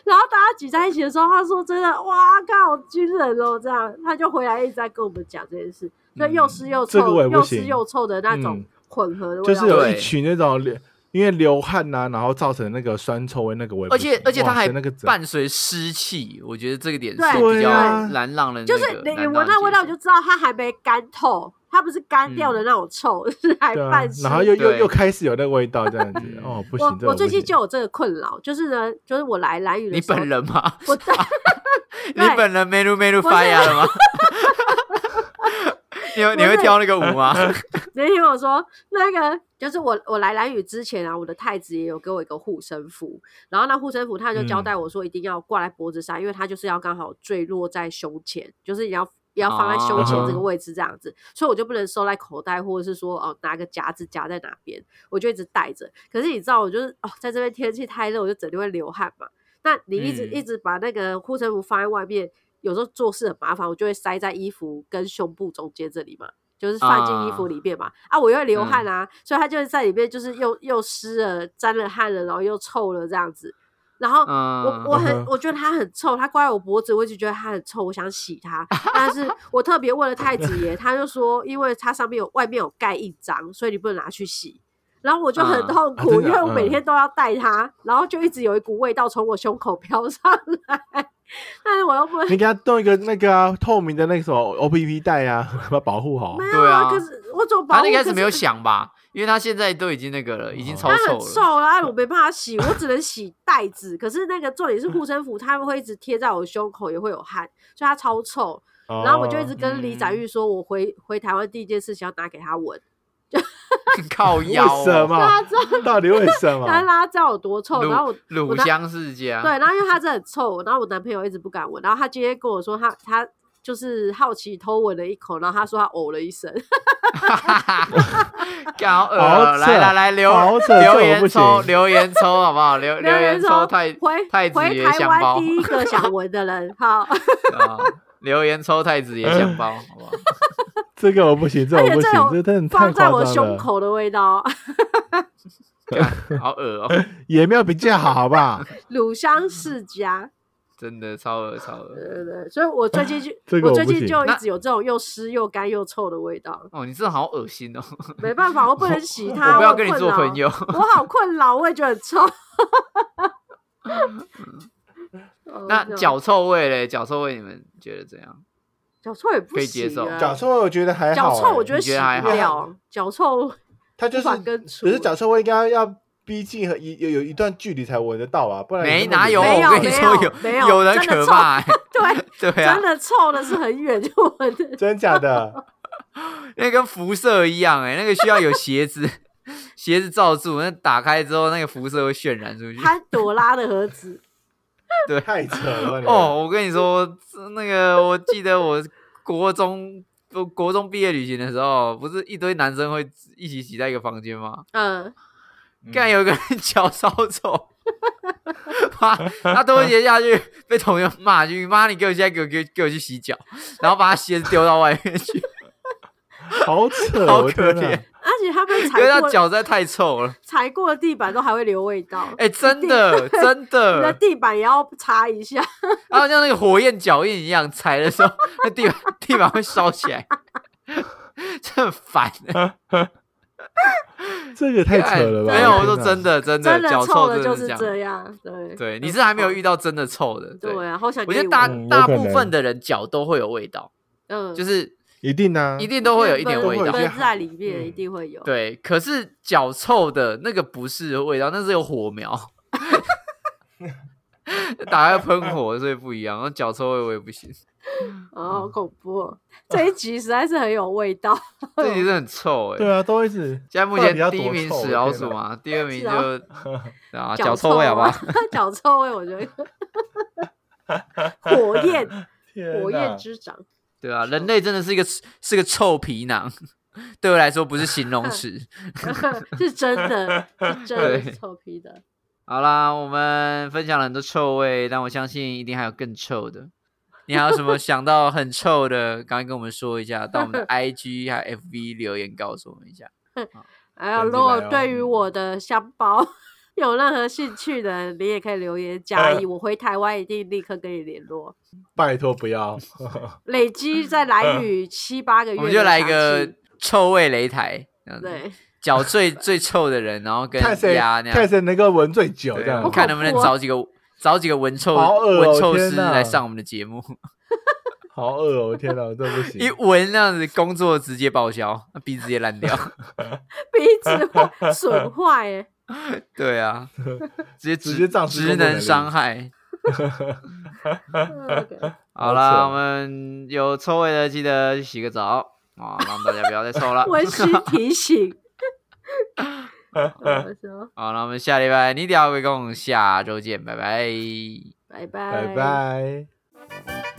S2: 然后大家聚在一起的时候，他说真的，哇靠，军人哦，这样，他就回来一直在跟我们讲这件事，所以又湿又臭，
S1: 嗯这个我也不
S2: 又湿
S1: 行
S2: 又臭的那种
S1: 嗯
S2: 混合的味
S1: 就
S2: 道，
S1: 是有
S3: 对
S1: 一群那种流因为流汗呐、然后造成那个酸臭味，那个我也不
S3: 而且
S1: 行
S3: 而且它
S1: 哇塞
S3: 还
S1: 那个整
S3: 伴随湿气，我觉得这个点是
S2: 对
S3: 比较
S1: 对啊
S3: 难让人
S2: 就是
S3: 那个
S2: 你
S3: 难
S2: 你闻
S3: 让
S2: 到味道
S3: 人
S2: 你
S3: 接
S2: 就知道它还没干透，它不是干掉的那种臭，是还
S1: 嗯对啊
S2: 半，湿。
S1: 然后又又
S3: 对，
S1: 又开始有那个味道这样子哦不行，这个
S2: 我我最
S1: 不
S2: 近
S1: 行
S2: 就有这个困扰，就是呢，就是我来蓝雨
S3: 受
S2: 的
S3: 你
S2: 时候
S3: 本，人吗？
S2: 我
S3: 你本人美女美女
S2: 不
S3: 发
S2: 是
S3: 呀了吗？ 你会你
S2: 不
S3: 会
S2: 是
S3: 挑那个舞吗？
S2: 你听我说，那个就是我我来蓝雨之前啊，我的太子也有给我一个护身符，然后那护身符他就交代我说一定要挂在脖子上，因为它就是要刚好坠落在胸前，就是也要也要放在胸前这个
S1: 哦
S2: 位置这样子，所以我就不能收在口袋，或者是说哦拿个夹子夹在哪边，我就一直带着。可是你知道，我就是哦在这边天气太热，我就整天会流汗嘛。那你一直、
S3: 嗯
S2: 一直把那个护身符放在外面，有时候做事很麻烦，我就会塞在衣服跟胸部中间这里嘛。就是放进衣服
S3: 啊
S2: 里面嘛。啊我又会流
S3: 嗯
S2: 汗啊，所以它就是在里面，就是又又湿了、沾了汗了，然后又臭了这样子。然后 我
S3: 嗯，
S2: 我
S1: 嗯哼
S2: 很我觉得它很臭，它挂在我脖子，我一直觉得它很臭，我想 洗它。但是我特别问了太子爷，他就说，因为它上面有外面有盖印章，所以你不能拿去洗。然后我就很
S3: 嗯
S2: 痛
S1: 啊
S2: 苦，
S1: 真的
S2: 因为我每
S1: 嗯
S2: 天都要带它，然后就一直有一股味道从我胸口 飘上来，但是我又不
S3: 哦
S2: 能
S1: 你给他弄一个那个啊透明的那个什么 O P P 袋啊， 把它保护好
S2: 没。有
S3: 对啊
S2: 可是我怎么保护？
S3: 他那一开始
S2: 可
S3: 没
S2: 是
S3: 有想吧，因为他现在都已经那个了，已经
S1: 哦
S3: 超
S2: 它
S3: 臭
S2: 很
S3: 了。
S2: 臭啦，我没办法洗，我只能洗袋子。可是那个重点是护身符，它们会一直贴在我胸口，也会有汗，所以它超臭。
S1: 啊
S2: 然后我
S1: 哦
S2: 就一直跟李
S3: 哦嗯
S2: 展玉说，我回回台湾第一件事情要拿给他闻，
S3: 靠
S1: 为
S3: 腰、哦，
S1: 什么？
S2: 他知道，
S1: 到底为什
S2: 他让
S1: 么？
S2: 他知道有多臭。然后我
S3: 乳乳
S2: 我拿
S3: 香世家，
S2: 对，然后因为他真的很臭，然后我男朋友一直不敢闻，然后他今天跟我说他他就是好奇偷闻了一口，然后他说他呕了一声，
S3: 干好恶
S1: 好
S3: 哦！
S1: 扯
S3: 来来来，留
S1: 好扯这
S3: 留
S1: 我
S3: 言
S1: 不
S3: 抽
S1: 行
S3: 留言抽好不好？留 留言抽
S2: 说
S3: 太
S2: 回
S3: 太子
S2: 回
S3: 爷
S2: 台
S3: 香
S2: 湾
S3: 包
S2: 第一个想闻的人， 好。
S3: 啊，留言抽太子爷香包，好不好？
S1: 这个我不行，这
S2: 而
S1: 我
S2: 且
S1: 不
S2: 这
S1: 行，这真的
S2: 种
S1: 太
S2: 放在我
S1: 夸张
S2: 胸
S1: 了。
S2: 口的味道，
S3: 干好恶哦，
S1: 也没有比较好，好 不好？
S2: 乳香世家，
S3: 真的超恶超恶
S2: 对对对，所以我最近就
S1: 这个
S2: 我
S1: 我
S2: 最
S1: 不
S2: 近
S1: 行
S2: 就一
S3: 那
S2: 直有这种又湿又干又臭的味 道，
S3: 哦！你真的好恶心哦！
S2: 没办法，我不能洗它，
S3: 我不要
S2: 好
S3: 跟你
S2: 困
S3: 做
S2: 扰
S3: 朋，友。
S2: 我好困扰，我也觉得很臭。哦
S3: 那
S2: 这样
S3: 脚臭味嘞？脚臭味你们觉得怎样？
S2: 脚臭也不
S3: 可以接
S2: 行
S3: 受
S2: 啊
S1: 脚臭我觉得还好
S2: 脚
S1: 欸，
S2: 臭我觉得
S3: 你
S2: 洗
S3: 觉得还
S2: 不
S3: 好
S2: 了，脚臭
S1: 它 就是
S2: 无法根，除
S1: 可是脚臭味应该要逼近和一有有一段距离才闻得到啊，不然
S3: 没
S1: 根本
S3: 哪有，
S2: 没有
S3: 我跟你
S2: 没
S3: 说
S2: 有没有
S3: 有人
S2: 真的
S3: 可
S2: 臭
S3: 怕欸，
S2: 对，
S3: 对啊
S2: 真，的臭的是很远就 闻得
S1: 真假的，
S3: 那跟辐射一样哎、那个需要有鞋子 鞋子罩住，那打开之后那个辐射会渲染出去。
S2: 潘朵拉的盒子。
S3: 对
S1: 太扯了吧你们
S3: 哦，我跟你说，这那个我记得我国中我国中毕业旅行的时候，不是一堆男生会一起挤在一个房间吗？
S2: 嗯，
S3: 干有一个人 脚烧肿，妈，他拖鞋下去被同学骂去，妈你给我现在给我给我给我去洗脚，然后把他鞋子丢到外面去，
S1: 好扯，
S3: 好
S1: 我
S3: 可
S1: 的天
S3: 怜
S1: 哪，
S2: 而且 他们
S3: 因为
S2: 踩
S3: 他
S2: 过
S3: 脚实在太臭了。
S2: 踩过的地板都还会留味 道，
S3: 哎、真的真
S2: 你 的
S3: 的，
S2: 地板也要擦一下。
S3: 然后像那个火焰脚印一样，踩的时候那地板地板会烧起来， 这很烦、欸
S1: 这个啊太扯了吧？
S3: 没有，我
S1: 的
S3: 说
S1: 天哪
S3: 真的真
S2: 真
S3: 的，
S2: 的
S3: 脚
S2: 臭
S3: 真
S2: 就
S3: 的
S2: 是
S3: 这
S2: 这
S3: 样。
S2: 样，对
S3: 对，你是还没有遇到真的臭的，
S2: 对
S3: 对。
S2: 啊，好想
S3: 我
S2: 给
S3: 觉
S2: 你闻。
S3: 得大
S1: 嗯
S4: 闻
S3: 大
S4: 有可
S3: 部
S4: 能
S3: 分的人脚都会有味道，
S2: 嗯
S3: 就是
S1: 一定啊，
S3: 一定都会有一
S2: 闷
S3: 点味
S1: 会有
S3: 道
S1: 一。些
S2: 闷在里面
S4: 嗯
S2: 一定会有。
S3: 对，可是脚臭的那个不是味道，那是有火苗， 打开喷火，所以不一样。然后脚臭味我也不行，
S2: 哦，好恐怖、 哦！这一集实在是很有味道。
S3: 这也是很臭哎、
S1: 对啊，都一直
S3: 现在目
S1: 到底
S3: 前
S1: 要
S3: 第一
S1: 多
S3: 名
S1: 臭
S3: 死
S1: 我
S3: 老
S1: 天
S3: 鼠
S1: 哪
S3: 嘛，第二名
S2: 是
S3: 就
S2: 啊
S3: 啊
S2: 脚
S3: 脚臭味好不
S2: 啊
S3: 好？？
S2: 脚臭味，我觉得火 焰
S1: 天
S2: 火
S1: 哪
S2: 焰之长，
S3: 对啊，人类真的是一个是个臭皮囊，对我来说不是形容 词。
S2: 是真的，是真的
S3: 对
S2: 是臭屁的。
S3: 好啦，我们分享了很多臭味，但我相信一定还有更臭的。你还有什么想到很臭的，赶快跟我们说一下，到我 们的 IG 还有 FB 留言告诉我们一下。
S2: 还有，
S1: 跟进
S2: 如果
S1: 来哦
S2: 哎
S3: 嗯
S2: 对于我的香包 有任何兴趣的，你也可以留言 加一，我回台湾一定立刻跟你联络。
S1: 拜托不要，
S2: 累积在蓝屿七八个月，
S3: 嗯我们就来一个。嗯臭味擂台，这样子
S2: 对，
S3: 找最最臭的人，然后跟
S1: 看谁
S3: 鸭那
S1: 看
S3: 样，
S1: 谁能够闻最久
S3: 对
S1: 这样
S3: 我。看能不能
S2: 好恐怖哦
S3: 找几个找几个闻臭
S1: 啊好恶哦
S3: 闻臭师
S1: 天哪
S3: 来上我们的节目，
S1: 好饿哦，天哪，我真的不行
S3: 一。闻那样子工作直接报销，鼻子直接烂 掉。
S2: 鼻 子会损坏耶，
S3: 对啊，直接
S1: 直
S3: 职
S1: 接丧失
S3: 职
S1: 工作
S3: 能
S1: 能力
S3: 伤害。
S2: 嗯，OK。
S3: 好啦，
S1: 扯
S3: 我们有臭味的记得去洗个澡啊，让大家不要再臭了
S2: 温馨提醒。 我说
S3: 好，那我们下礼拜你聊会跟我们下周见，拜拜。
S2: 拜拜，
S1: 拜。拜。